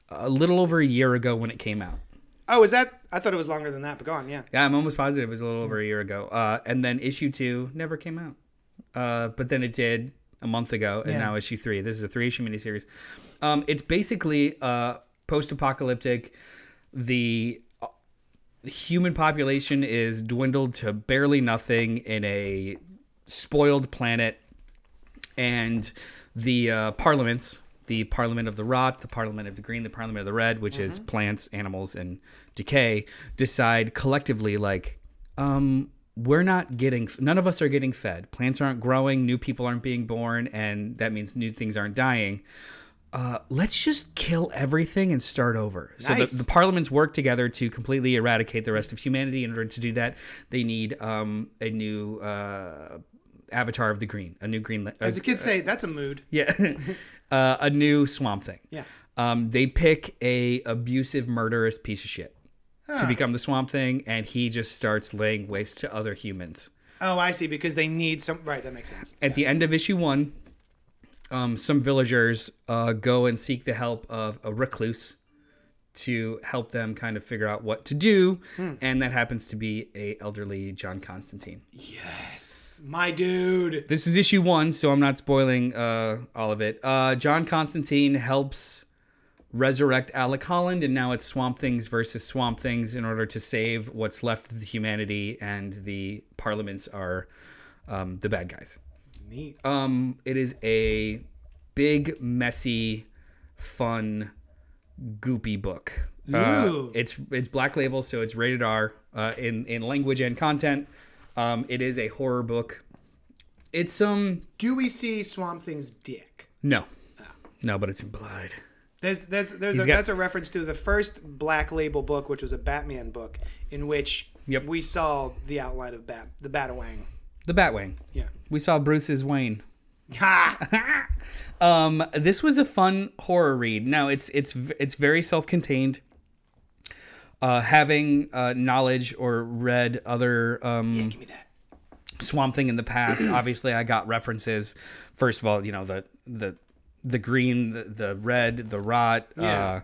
Speaker 1: a little over a year ago when it came out.
Speaker 2: Oh, is that? I thought it was longer than that, but go on, yeah.
Speaker 1: Yeah, I'm almost positive it was a little over a year ago. Uh, and then issue two never came out. Uh, but then it did a month ago, and
Speaker 2: Yeah.
Speaker 1: now issue three. This is a three issue miniseries. Um, it's basically uh, post apocalyptic. The uh, human population is dwindled to barely nothing in a spoiled planet and the uh, parliaments the parliament of the rot the parliament of the green the parliament of the red which
Speaker 2: Mm-hmm.
Speaker 1: is plants animals and decay decide collectively like um we're not getting none of us are getting fed plants aren't growing new people aren't being born and that means new things aren't dying uh, let's just kill everything and start over. So
Speaker 2: Nice.
Speaker 1: the, the parliaments work together to completely eradicate the rest of humanity. In order to do that, they need um, a new uh, avatar of the green, a new green.
Speaker 2: As the kids say, that's a mood.
Speaker 1: Yeah. uh, a new swamp thing.
Speaker 2: Yeah.
Speaker 1: Um, they pick a abusive, murderous piece of shit to become the swamp thing, and he just starts laying waste to other humans.
Speaker 2: Oh, I see, because they need some. Right, that makes sense.
Speaker 1: At the end of issue one, um, some villagers uh, go and seek the help of a recluse to help them kind of figure out what to do, and that happens to be a elderly John Constantine.
Speaker 2: Yes, my dude.
Speaker 1: This is issue one, so I'm not spoiling uh, all of it. Uh, John Constantine helps resurrect Alec Holland, and now it's Swamp Things versus Swamp Things in order to save what's left of humanity, and the Parliaments are um, the bad guys.
Speaker 2: Neat.
Speaker 1: Um, it is a big, messy, fun, goopy book. Uh,
Speaker 2: Ooh.
Speaker 1: it's it's black label, so it's rated R uh, in in language and content. Um, it is a horror book. It's um
Speaker 2: Do we see Swamp Thing's dick?
Speaker 1: no, no, but it's implied.
Speaker 2: There's, there's, there's a,
Speaker 1: got-
Speaker 2: that's a reference to the first Black Label book, which was a Batman book, in which
Speaker 1: Yep.
Speaker 2: we saw the outline of Bat, the Batawang.
Speaker 1: The Batwing.
Speaker 2: Yeah.
Speaker 1: We saw Bruce's Wayne.
Speaker 2: Ha!
Speaker 1: Um, this was a fun horror read. Now it's it's v- it's very self-contained. Uh, having uh, knowledge or read other um,
Speaker 2: Give me that.
Speaker 1: Swamp Thing in the past. Obviously, I got references. First of all, you know the the the green, the, the red, the rot.
Speaker 2: Yeah.
Speaker 1: Uh,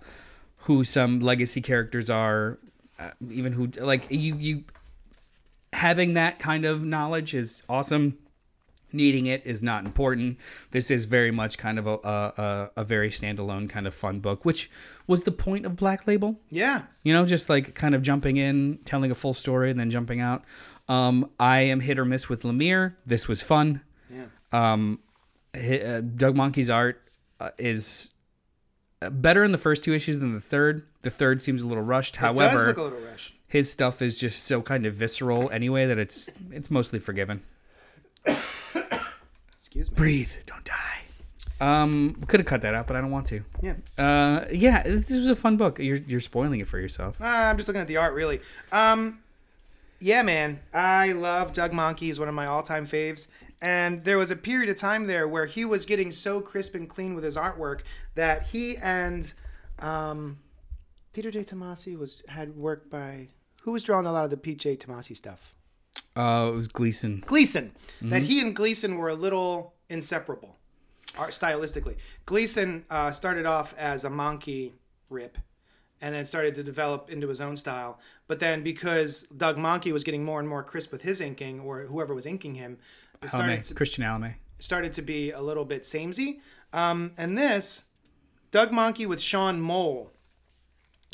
Speaker 1: who some legacy characters are, uh, even who like you you having that kind of knowledge is awesome. Needing it is not important. This is very much kind of a a, a, a very standalone kind of fun book, which was the point of Black Label
Speaker 2: Yeah.
Speaker 1: you know just like kind of jumping in telling a full story and then jumping out um i am hit or miss with lemire this was fun
Speaker 2: Yeah.
Speaker 1: um hi- uh, doug monkey's art uh, is uh, better in the first two issues than the third the third seems a little rushed
Speaker 2: it does
Speaker 1: however
Speaker 2: look a little rushed.
Speaker 1: his stuff is just so kind of visceral anyway that it's it's mostly forgiven
Speaker 2: Excuse me.
Speaker 1: breathe don't die um could have cut that out but i don't want to
Speaker 2: Yeah.
Speaker 1: uh yeah this was a fun book you're you're spoiling it for yourself
Speaker 2: Uh, I'm just looking at the art, really. Um, yeah, man. I love Doug Monkey. He's one of my all-time faves. And there was a period of time there where he was getting so crisp and clean with his artwork that he and um, Peter J. Tomasi was had work by who was drawing a lot of the P.J. Tomasi stuff.
Speaker 1: uh it was gleason
Speaker 2: Gleason. That he and Gleason were a little inseparable, art stylistically. Gleason uh, started off as a monkey rip, and then started to develop into his own style. But then because Doug Monkey was getting more and more crisp with his inking, or whoever was inking him, it started
Speaker 1: Alame, christian Alame.
Speaker 2: started to be a little bit samey. Um, and this, Doug Monkey with Sean Mole.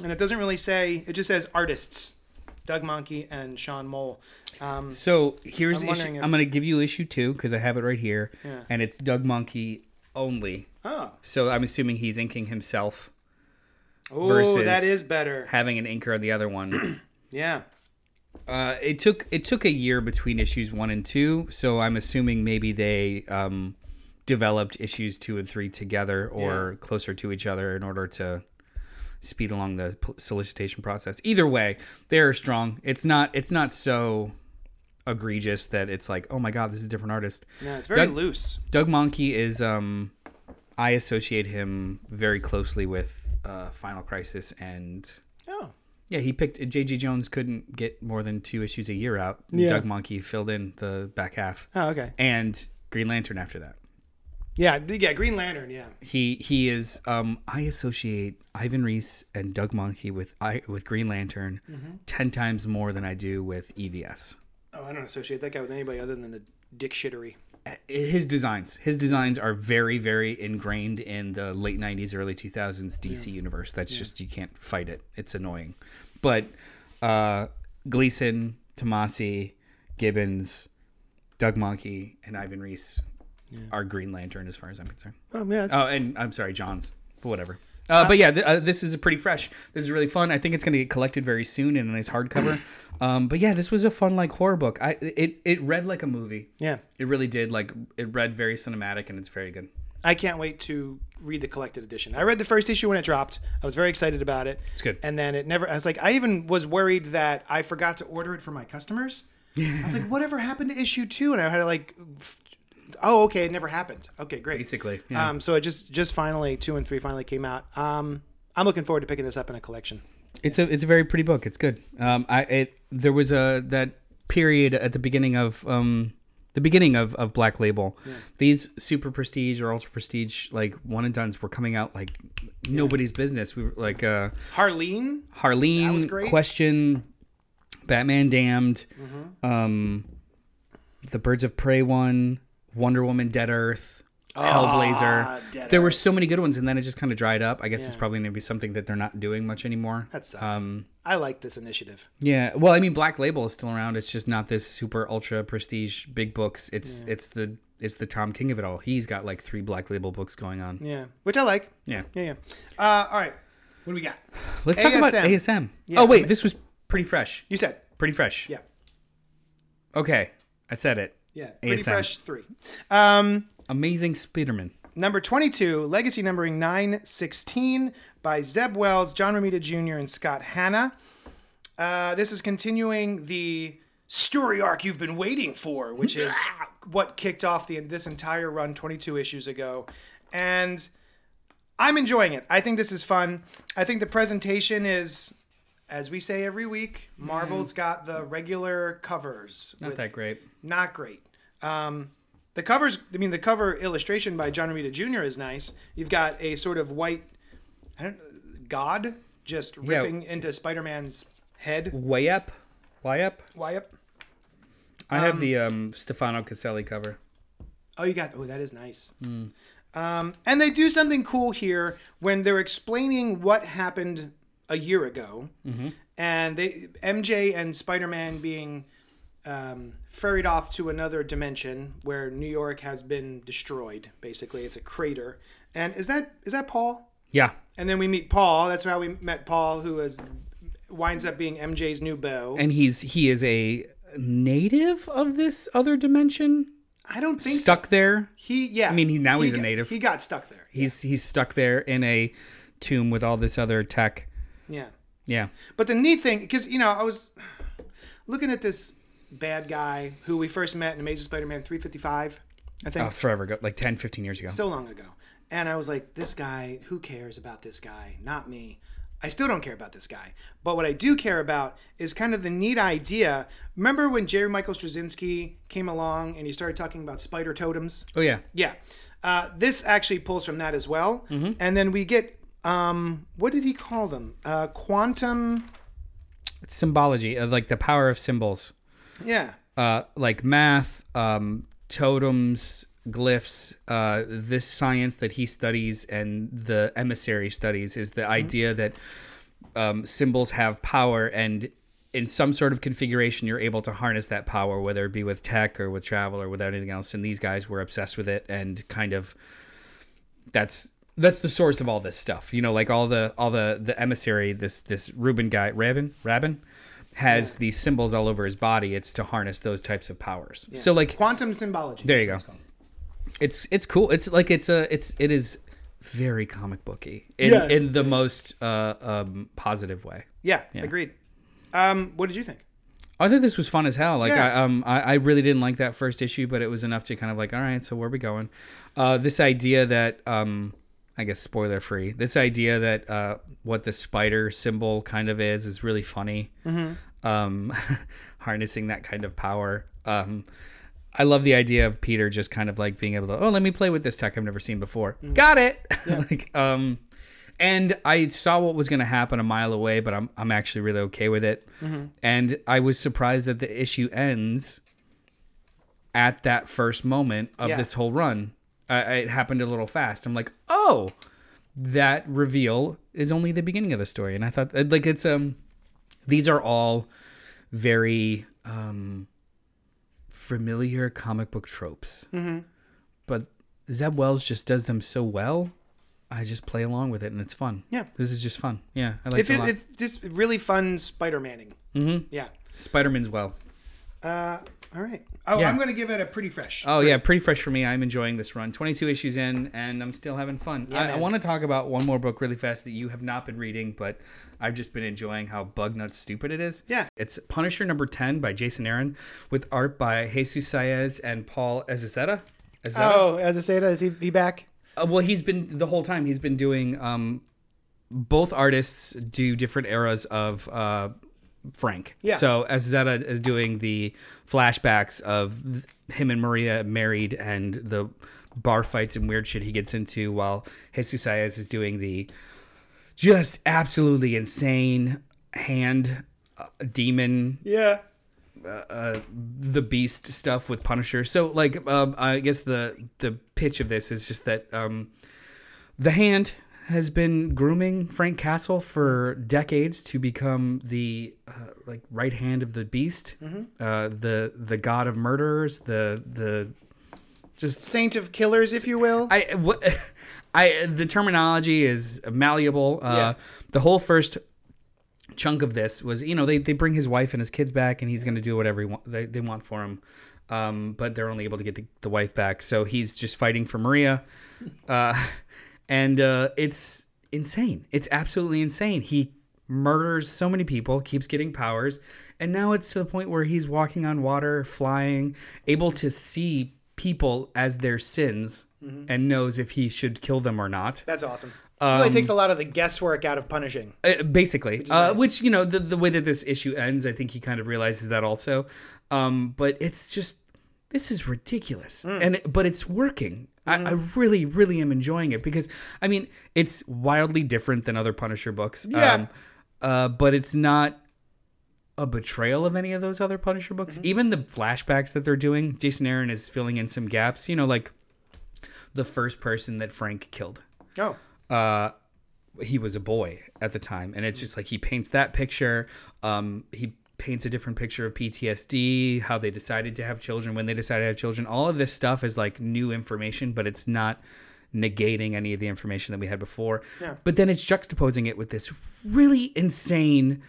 Speaker 2: And it doesn't really say, it just says artists. Doug Monkey and Sean Mole. Um,
Speaker 1: So here's
Speaker 2: I'm
Speaker 1: I'm,
Speaker 2: wondering
Speaker 1: issue,
Speaker 2: if-
Speaker 1: I'm gonna give you issue two because I have it right here,
Speaker 2: Yeah.
Speaker 1: and it's Doug Monkey only.
Speaker 2: oh.
Speaker 1: So I'm assuming he's inking himself,
Speaker 2: Oh,
Speaker 1: versus-
Speaker 2: that is better.
Speaker 1: having an inker on the other one.
Speaker 2: Yeah.
Speaker 1: uh, it took it took a year between issues one and two, so I'm assuming maybe they um, developed issues two and three together or closer to each other in order to speed along the p- solicitation process. Either way, they're strong. It's not it's not so egregious that it's like oh my god this is a different artist.
Speaker 2: No, it's very
Speaker 1: Doug-
Speaker 2: loose.
Speaker 1: Doug Monkey is um I associate him very closely with uh Final Crisis and
Speaker 2: Oh.
Speaker 1: yeah, he picked JG Jones couldn't get more than two issues a year out.
Speaker 2: Yeah.
Speaker 1: Doug Monkey filled in the back half
Speaker 2: Oh, okay.
Speaker 1: and Green Lantern after that.
Speaker 2: Yeah, yeah, Green Lantern, yeah.
Speaker 1: He he is um I associate Ivan Reese and Doug Monkey with I with Green Lantern 10 times more than I do with E EVS.
Speaker 2: Oh, I don't associate that guy with anybody other than the dick shittery.
Speaker 1: his designs his designs are very very ingrained in the late 90s early 2000s dc universe that's just you can't fight it it's annoying but uh gleason tomasi gibbons doug monkey and ivan reese are green lantern as far as i'm concerned
Speaker 2: Oh, yeah.
Speaker 1: oh and i'm sorry john's but whatever uh, but yeah, th- uh, this is pretty fresh. This is really fun. I think it's going to get collected very soon in a nice hardcover. um, but yeah, this was a fun like horror book. I it it read like a movie.
Speaker 2: yeah.
Speaker 1: It really did. Like it read very cinematic, and it's very good.
Speaker 2: I can't wait to read the collected edition. I read the first issue when it dropped. I was very excited about it. It's
Speaker 1: good.
Speaker 2: And then it never, I was like, I even was worried that I forgot to order it for my customers. I was like, whatever happened to issue two? And I had to like, f- oh, okay, it never happened. Okay, great.
Speaker 1: Basically, yeah.
Speaker 2: Um, so it just, just finally, two and three finally came out. Um, I'm looking forward to picking this up in a collection.
Speaker 1: it's a it's a very pretty book. It's good. Um, I it there was a that period at the beginning of um the beginning of, of Black Label. These super prestige or ultra prestige like one and duns were coming out like nobody's business. We were like uh,
Speaker 2: Harleen. was
Speaker 1: Harleen,
Speaker 2: great.
Speaker 1: Question, Batman Damned,
Speaker 2: Mm-hmm.
Speaker 1: um, the Birds of Prey one, Wonder Woman, Dead Earth, Hellblazer.
Speaker 2: Ah, Dead
Speaker 1: there were so many good ones, and then it just kind of dried up. I guess it's probably going to be something that they're not doing much anymore.
Speaker 2: That sucks. I like this initiative.
Speaker 1: Yeah. Well, I mean, Black Label is still around. It's just not this super ultra prestige big books. It's it's the it's the Tom King of it all. He's got like three Black Label books going on.
Speaker 2: Yeah, which I like.
Speaker 1: Yeah.
Speaker 2: Yeah, yeah. Uh, all right. What do we got?
Speaker 1: Let's talk about
Speaker 2: ASM.
Speaker 1: ASM. oh wait, this was pretty fresh.
Speaker 2: You said.
Speaker 1: Pretty fresh.
Speaker 2: Yeah.
Speaker 1: Okay, I said it.
Speaker 2: Yeah. Pretty
Speaker 1: ASM.
Speaker 2: fresh three. Um,
Speaker 1: Amazing Spiderman.
Speaker 2: number 22, Legacy numbering 916 by Zeb Wells, John Romita Jr., and Scott Hanna. Uh, this is continuing the story arc you've been waiting for, which is what kicked off the this entire run 22 issues ago. And I'm enjoying it. I think this is fun. I think the presentation is, as we say every week, Marvel's got the regular covers.
Speaker 1: Mm. Not that great.
Speaker 2: not great. Um, the covers, I mean, the cover illustration by John Romita Jr. is nice. You've got a sort of white, I don't, god just ripping into Spider-Man's head.
Speaker 1: Way up. Way up.
Speaker 2: Why up?
Speaker 1: I have the um Stefano Caselli cover.
Speaker 2: Oh, you got. Oh, that is nice.
Speaker 1: Hmm.
Speaker 2: Um, and they do something cool here when they're explaining what happened a year ago,
Speaker 1: Mm-hmm.
Speaker 2: and they MJ and Spider Man being um, ferried off to another dimension where New York has been destroyed. Basically, it's a crater. And is that is that Paul?
Speaker 1: Yeah.
Speaker 2: And then we meet Paul. That's how we met Paul, who is winds up being MJ's new beau.
Speaker 1: And he's he is a native of this other dimension.
Speaker 2: I don't think so.
Speaker 1: Stuck there.
Speaker 2: he. Yeah, I
Speaker 1: mean, he- now he's a
Speaker 2: got,
Speaker 1: native.
Speaker 2: He got stuck there.
Speaker 1: He's he's stuck there in a tomb with all this other tech.
Speaker 2: Yeah.
Speaker 1: Yeah.
Speaker 2: But the neat thing, because you know, I was looking at this bad guy who we first met in Amazing Spider-Man 355, I think,
Speaker 1: Oh, forever ago, like 10, 15 years ago.
Speaker 2: so long ago. And I was like, this guy, who cares about this guy? Not me. I still don't care about this guy. But what I do care about is kind of the neat idea. Remember when Jerry Michael Straczynski came along and he started talking about spider totems?
Speaker 1: oh yeah.
Speaker 2: Yeah. Uh, this actually pulls from that as well. And then we get, um, what did he call them? Uh, quantum.
Speaker 1: It's symbology, uh, like the power of symbols.
Speaker 2: Yeah.
Speaker 1: Uh like math, um totems, glyphs, uh this science that he studies and the emissary studies is the idea that um symbols have power and in some sort of configuration you're able to harness that power whether it be with tech or with travel or with anything else and these guys were obsessed with it and kind of that's that's the source of all this stuff. You know, like all the all the the emissary, this this Reuben guy, Rabin, Rabin, has these symbols all over his body. It's to harness those types of powers. So like
Speaker 2: quantum symbology.
Speaker 1: There you
Speaker 2: that's
Speaker 1: go.
Speaker 2: what it's
Speaker 1: it's it's cool. It's like it's a it's it is very comic booky in
Speaker 2: Yeah.
Speaker 1: in the most uh um positive way.
Speaker 2: called. Yeah, agreed. Um, what did you think?
Speaker 1: I thought this was fun as hell. Like
Speaker 2: Yeah.
Speaker 1: I um I, I really didn't like that first issue, but it was enough to kind of like, all right, so where are we going? Uh, this idea that um I guess spoiler free. This idea that uh what the spider symbol kind of is is really funny. Um, harnessing that kind of power. Um, I love the idea of Peter just kind of like being able to oh let me play with this tech I've never seen before. Got it. like um. And I saw what was going to happen a mile away, but I'm, I'm actually really okay with it. And I was surprised that the issue ends at that first moment of
Speaker 2: Yeah.
Speaker 1: this whole run. Uh, it happened a little fast. I'm like, oh, that reveal is only the beginning of the story. And I thought, uh, like, it's um, these are all very um, familiar comic book tropes,
Speaker 2: Mm-hmm.
Speaker 1: but Zeb Wells just does them so well. I just play along with it, and it's fun.
Speaker 2: Yeah.
Speaker 1: this is just fun. Yeah, I like
Speaker 2: If
Speaker 1: it a
Speaker 2: it,
Speaker 1: lot.
Speaker 2: if just really fun Spider-Maning. Mm-hmm. Yeah.
Speaker 1: Spider Man's well.
Speaker 2: Uh, all right. Oh,
Speaker 1: Yeah.
Speaker 2: I'm gonna give it a pretty fresh.
Speaker 1: Oh yeah, pretty fresh for me. I'm enjoying this run. 22 issues in, and I'm still having fun. I, I
Speaker 2: man.
Speaker 1: want to talk about one more book really fast that you have not been reading, but I've just been enjoying how bug nuts stupid it is.
Speaker 2: Yeah.
Speaker 1: it's Punisher number 10 by Jason Aaron, with art by Jesus Saez and Paul Ezezeta. Ezezeta?
Speaker 2: Oh, as I say that, is he, he back?
Speaker 1: Uh, well, he's been the whole time. He's been doing. Um, both artists do different eras of uh, Frank.
Speaker 2: Yeah.
Speaker 1: So as Zeta is doing the flashbacks of th- him and Maria married and the bar fights and weird shit he gets into, while Jesus Saez is doing the just absolutely insane hand uh, demon
Speaker 2: Yeah.
Speaker 1: the beast stuff with Punisher. So like um, I guess the the pitch of this is just that um, the hand has been grooming Frank Castle for decades to become the uh, like right hand of the beast, uh, the the god of murderers, the the just
Speaker 2: Saint of killers, if you will.
Speaker 1: I what I the terminology is malleable. Uh,
Speaker 2: Yeah.
Speaker 1: The whole first chunk of this was you know they, they bring his wife and his kids back and he's going to do whatever he want, they, they want for him um, but they're only able to get the, the wife back so he's just fighting for maria uh, and uh, it's insane it's absolutely insane he murders so many people keeps getting powers and now it's to the point where he's walking on water flying able to see people as their sins and knows if he should kill them or not
Speaker 2: That's awesome.
Speaker 1: Um,
Speaker 2: really takes a lot of the guesswork out of punishing.
Speaker 1: uh, basically which, uh,
Speaker 2: nice.
Speaker 1: which you know the, the way that this issue ends i think he kind of realizes that also um, but it's just this is ridiculous
Speaker 2: Mm.
Speaker 1: and it, but it's working I, I really really am enjoying it because i mean it's wildly different than other punisher books
Speaker 2: Yeah.
Speaker 1: uh, but it's not a betrayal of any of those other punisher books
Speaker 2: Mm-hmm.
Speaker 1: even the flashbacks that they're doing jason aaron is filling in some gaps you know like the first person that frank killed
Speaker 2: Oh,
Speaker 1: he was a boy at the time and it's just like he paints that picture um he paints a different picture of PTSD how they decided to have children when they decided to have children all of this stuff is like new information but it's not negating any of the information that we had before
Speaker 2: Yeah.
Speaker 1: but then it's juxtaposing it with this really insane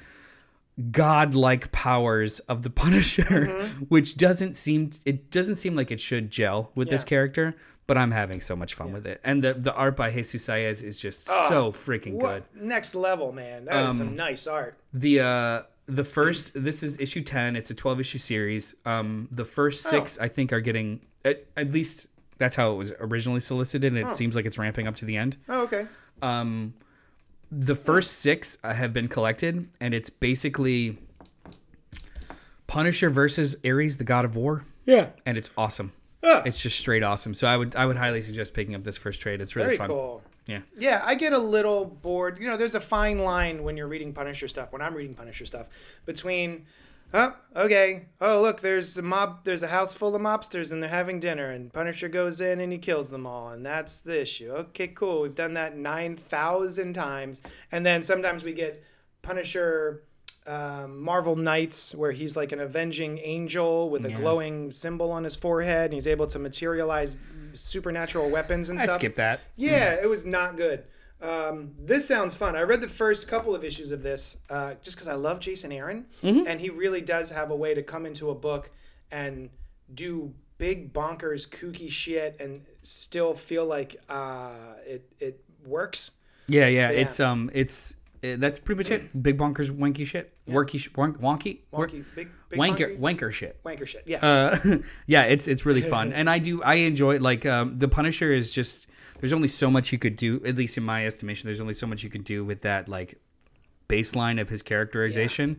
Speaker 1: godlike powers of the Punisher,
Speaker 2: Mm-hmm.
Speaker 1: which doesn't seem it doesn't seem like it should gel with this
Speaker 2: Yeah.
Speaker 1: character. But I'm having so much fun with it, and the the art by Jesus Saez is just so freaking good. Um,
Speaker 2: what next level, man? That is some nice art.
Speaker 1: The uh the first this is issue ten. It's a twelve issue series. Um, the
Speaker 2: Oh.
Speaker 1: first six I think are getting at, at least that's how it was originally solicited, and it seems like it's ramping up to the end.
Speaker 2: Oh, okay.
Speaker 1: the first six uh, have been collected, and it's basically Punisher versus Ares, the god of war,
Speaker 2: Yeah.
Speaker 1: and it's awesome.
Speaker 2: Ah.
Speaker 1: It's just straight awesome. So I would I would highly suggest picking up this first trade. It's really
Speaker 2: Very
Speaker 1: fun.
Speaker 2: cool.
Speaker 1: Yeah.
Speaker 2: Yeah, I get a little bored. You know, there's a fine line when you're reading Punisher stuff, when I'm reading Punisher stuff, between, oh, okay, oh, look, there's a mob, there's a house full of mobsters and they're having dinner, and Punisher goes in and he kills them all, and that's the issue. Okay, cool. We've done that 9,000 times. And then sometimes we get Punisher. Um, Marvel Knights, where he's like an avenging angel with a glowing symbol on his forehead, and he's able to materialize supernatural weapons and
Speaker 1: I
Speaker 2: stuff.
Speaker 1: skip that.
Speaker 2: Yeah, it was not good. Um, this sounds fun. I read the first couple of issues of this uh, just because I love Jason Aaron,
Speaker 1: Mm-hmm.
Speaker 2: and he really does have a way to come into a book and do big bonkers, kooky shit, and still feel like uh, it it works.
Speaker 1: Yeah, yeah. It's um, it's uh, that's pretty much it. Big bonkers, wanky shit, worky, sh- wonk, wonky, wor-
Speaker 2: Mm. Wonky, big, big
Speaker 1: wanker,
Speaker 2: wonky-
Speaker 1: wanker shit.
Speaker 2: wanker shit. Yeah,
Speaker 1: uh, yeah, it's it's really fun, and I do I enjoy it. Like um, the Punisher is just there's only so much you could do, at least in my estimation. There's only so much you could do with that like baseline of his characterization.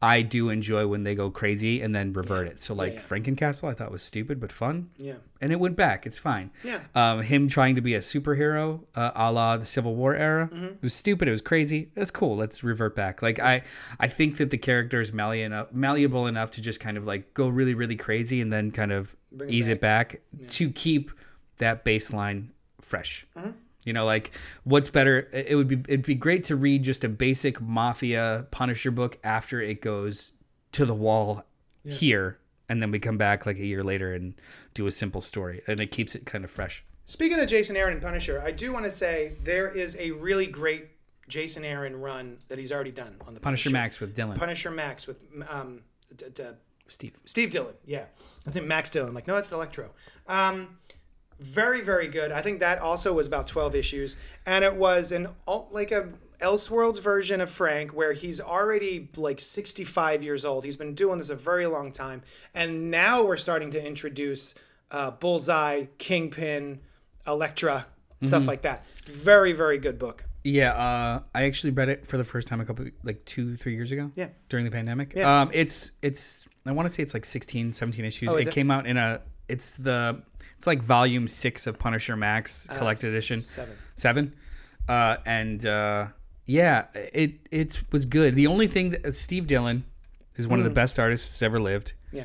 Speaker 1: I do enjoy when they go crazy and then revert it. So like
Speaker 2: yeah.
Speaker 1: Frankencastle, I thought was stupid but fun.
Speaker 2: yeah,
Speaker 1: And it went back. It's fine.
Speaker 2: Yeah.
Speaker 1: Um, him trying to be a superhero, uh, a la the Civil War era,
Speaker 2: Mm-hmm.
Speaker 1: it was stupid. It was crazy. That's cool. Let's revert back. Like I, I think that the character is malleable enough, malleable enough to just kind of like go really, really crazy and then kind of
Speaker 2: it
Speaker 1: ease it back to keep that baseline fresh.
Speaker 2: Mm-hmm.
Speaker 1: You know, like what's better? It it would be it'd be great to read just a basic mafia Punisher book after it goes to the wall here, and then we come back like a year later and do a simple story, and it keeps it kind of fresh.
Speaker 2: Speaking of Jason Aaron and Punisher, I do want to say there is a really great Jason Aaron run that he's already done on the
Speaker 1: Punisher Max with Dylan,
Speaker 2: Punisher Max with um, d- d-
Speaker 1: Steve.
Speaker 2: Steve Dillon, yeah. I think Max Dillon. Like, no, that's the Electro. Um, very, very good. I think that also was about twelve issues, and it was an alt like a Elseworlds version of Frank, where he's already like sixty-five years old. He's been doing this a very long time, and now we're starting to introduce uh,
Speaker 1: Mm-hmm.
Speaker 2: Bullseye, Kingpin, Elektra, stuff like that. Very, very good book.
Speaker 1: Yeah, uh, I actually read it for the first time a couple like two, three years ago.
Speaker 2: Yeah.
Speaker 1: During the pandemic.
Speaker 2: Yeah.
Speaker 1: Um, it's it's I want to say it's like 16, 17 issues.
Speaker 2: Oh, is
Speaker 1: it,
Speaker 2: it?
Speaker 1: came out in a it's the it's like volume six of Punisher Max collected
Speaker 2: Uh,
Speaker 1: edition
Speaker 2: Seven.
Speaker 1: seven, uh, and uh, yeah, it it was good. The only thing that Steve Dillon is one of
Speaker 2: Mm.
Speaker 1: the best artists that's ever lived,
Speaker 2: Yeah.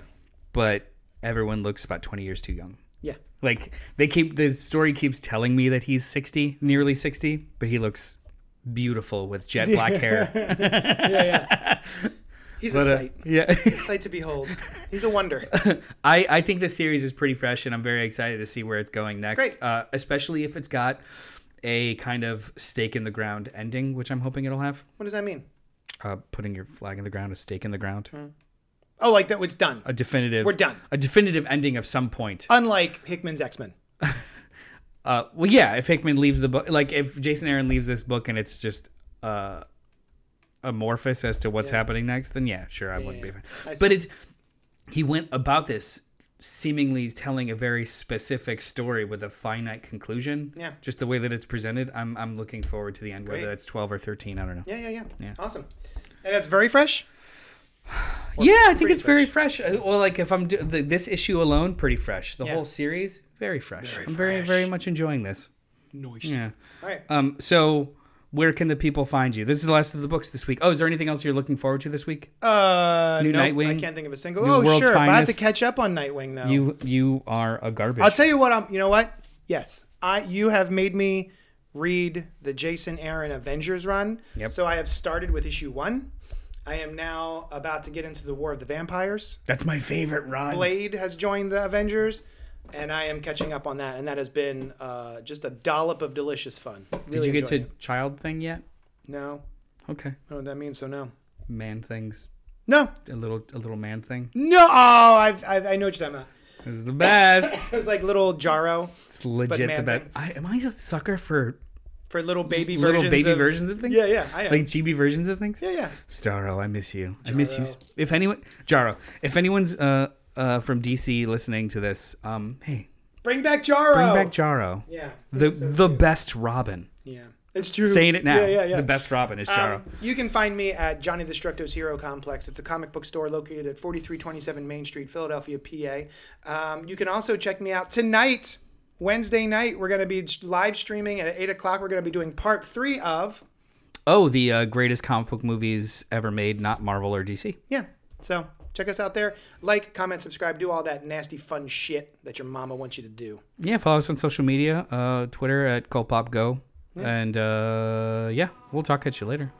Speaker 1: but everyone looks about twenty years too young.
Speaker 2: Yeah.
Speaker 1: Like they keep the story keeps telling me that he's sixty, nearly sixty, but he looks beautiful with jet black hair.
Speaker 2: Yeah, yeah. He's a
Speaker 1: But, uh,
Speaker 2: sight.
Speaker 1: yeah,
Speaker 2: Sight to behold. He's a wonder.
Speaker 1: I I think this series is pretty fresh, and I'm very excited to see where it's going next.
Speaker 2: Great.
Speaker 1: Uh, especially if it's got a kind of stake in the ground ending, which I'm hoping it'll have.
Speaker 2: What does that mean?
Speaker 1: uh, putting your flag in the ground, a stake in the ground,
Speaker 2: Oh, like that it's done.
Speaker 1: a definitive.
Speaker 2: We're done.
Speaker 1: A definitive ending of some point.
Speaker 2: Unlike Hickman's X Men.
Speaker 1: Uh, well, yeah, if Hickman leaves the book, like if Jason Aaron leaves this book and it's just uh, amorphous as to what's happening next, then yeah, sure, I wouldn't
Speaker 2: yeah.
Speaker 1: be.
Speaker 2: I
Speaker 1: Fine.
Speaker 2: see.
Speaker 1: But it's he went about this seemingly telling a very specific story with a finite conclusion.
Speaker 2: Yeah.
Speaker 1: just the way that it's presented, I'm I'm looking forward to the end,
Speaker 2: Great.
Speaker 1: whether that's twelve or thirteen, I don't know.
Speaker 2: Yeah, yeah, yeah, Awesome. And that's very fresh.
Speaker 1: yeah, I think
Speaker 2: pretty
Speaker 1: it's very fresh. Uh, Well, like if I'm do- the, this issue alone, pretty fresh. The
Speaker 2: Yeah.
Speaker 1: whole series, very fresh. I'm very very much enjoying this.
Speaker 2: Nice.
Speaker 1: Yeah.
Speaker 2: All right.
Speaker 1: Um. So, where can the people find you? This is the last of the books this week. Oh, is there anything else you're looking forward to this week?
Speaker 2: Uh,
Speaker 1: New
Speaker 2: nope, I
Speaker 1: Nightwing?
Speaker 2: can't think of a single.
Speaker 1: New
Speaker 2: oh,
Speaker 1: World's
Speaker 2: sure. but I have to
Speaker 1: Finest?
Speaker 2: catch up on Nightwing though.
Speaker 1: You you are a garbage.
Speaker 2: I'll tell you what. I'm. You know what? Yes, I. You have made me read the Jason Aaron Avengers run.
Speaker 1: Yep.
Speaker 2: So I have started with issue one. I am now about to get into the War of the Vampires.
Speaker 1: That's my favorite run.
Speaker 2: Blade has joined the Avengers, and I am catching up on that. And that has been uh, just a dollop of delicious fun.
Speaker 1: Did
Speaker 2: Really
Speaker 1: you get to
Speaker 2: enjoying
Speaker 1: child thing yet?
Speaker 2: it. No,
Speaker 1: Okay.
Speaker 2: I don't know what that means. So no,
Speaker 1: Man things.
Speaker 2: no,
Speaker 1: A little a little man thing
Speaker 2: no. Oh, I've, I've I know what you're talking about.
Speaker 1: is the best.
Speaker 2: It was like little Jaro
Speaker 1: it's legit the
Speaker 2: man
Speaker 1: best.
Speaker 2: thing.
Speaker 1: I, am I a sucker for
Speaker 2: for little baby
Speaker 1: little
Speaker 2: versions
Speaker 1: baby
Speaker 2: of-
Speaker 1: versions of things?
Speaker 2: Yeah, yeah, I am.
Speaker 1: Like chibi versions of things?
Speaker 2: yeah, yeah.
Speaker 1: Starro, I miss you. I miss you.
Speaker 2: Jaro.
Speaker 1: If anyone, Jaro, if anyone's uh, uh, from DC listening to this, um, hey,
Speaker 2: Bring back Jaro.
Speaker 1: bring back Jaro,
Speaker 2: Yeah.
Speaker 1: the
Speaker 2: So-
Speaker 1: the best Robin.
Speaker 2: yeah. It's true.
Speaker 1: Saying it now,
Speaker 2: Yeah, yeah, yeah.
Speaker 1: the best Robin is Jaro.
Speaker 2: Um, you can find me at Johnny Destructo's Hero Complex. It's a comic book store located at 4327 Main Street, Philadelphia, PA. Um, you can also check me out tonight, Wednesday night. We're going to be live streaming at 8 o'clock. We're going to be doing part three of,
Speaker 1: oh, the uh, greatest comic book movies ever made, not Marvel or DC.
Speaker 2: yeah. So check us out there. Like, comment, subscribe, do all that nasty, fun shit that your mama wants you to do.
Speaker 1: Yeah, follow us on social media, uh, Twitter at CultPopGo, and uh, yeah, we'll talk at you later.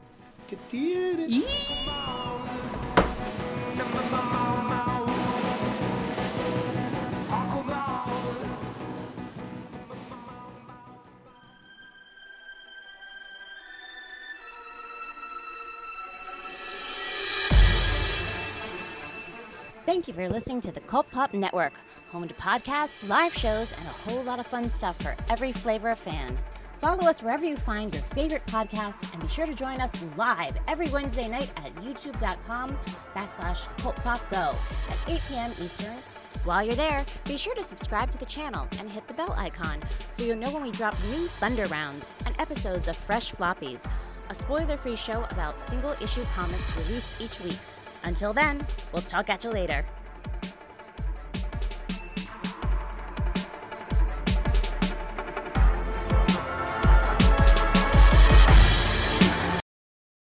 Speaker 3: Thank you for listening to the Cult Pop Network, home to podcasts, live shows, and a whole lot of fun stuff for every flavor of fan. Follow us wherever you find your favorite podcasts, and be sure to join us live every Wednesday night at youtube.com backslash cultpopgo at 8 p.m. Eastern. While you're there, be sure to subscribe to the channel and hit the bell icon so you'll know when we drop new Thunder Rounds and episodes of Fresh Floppies, a spoiler-free show about single-issue comics released each week. Until then, we'll talk at you later.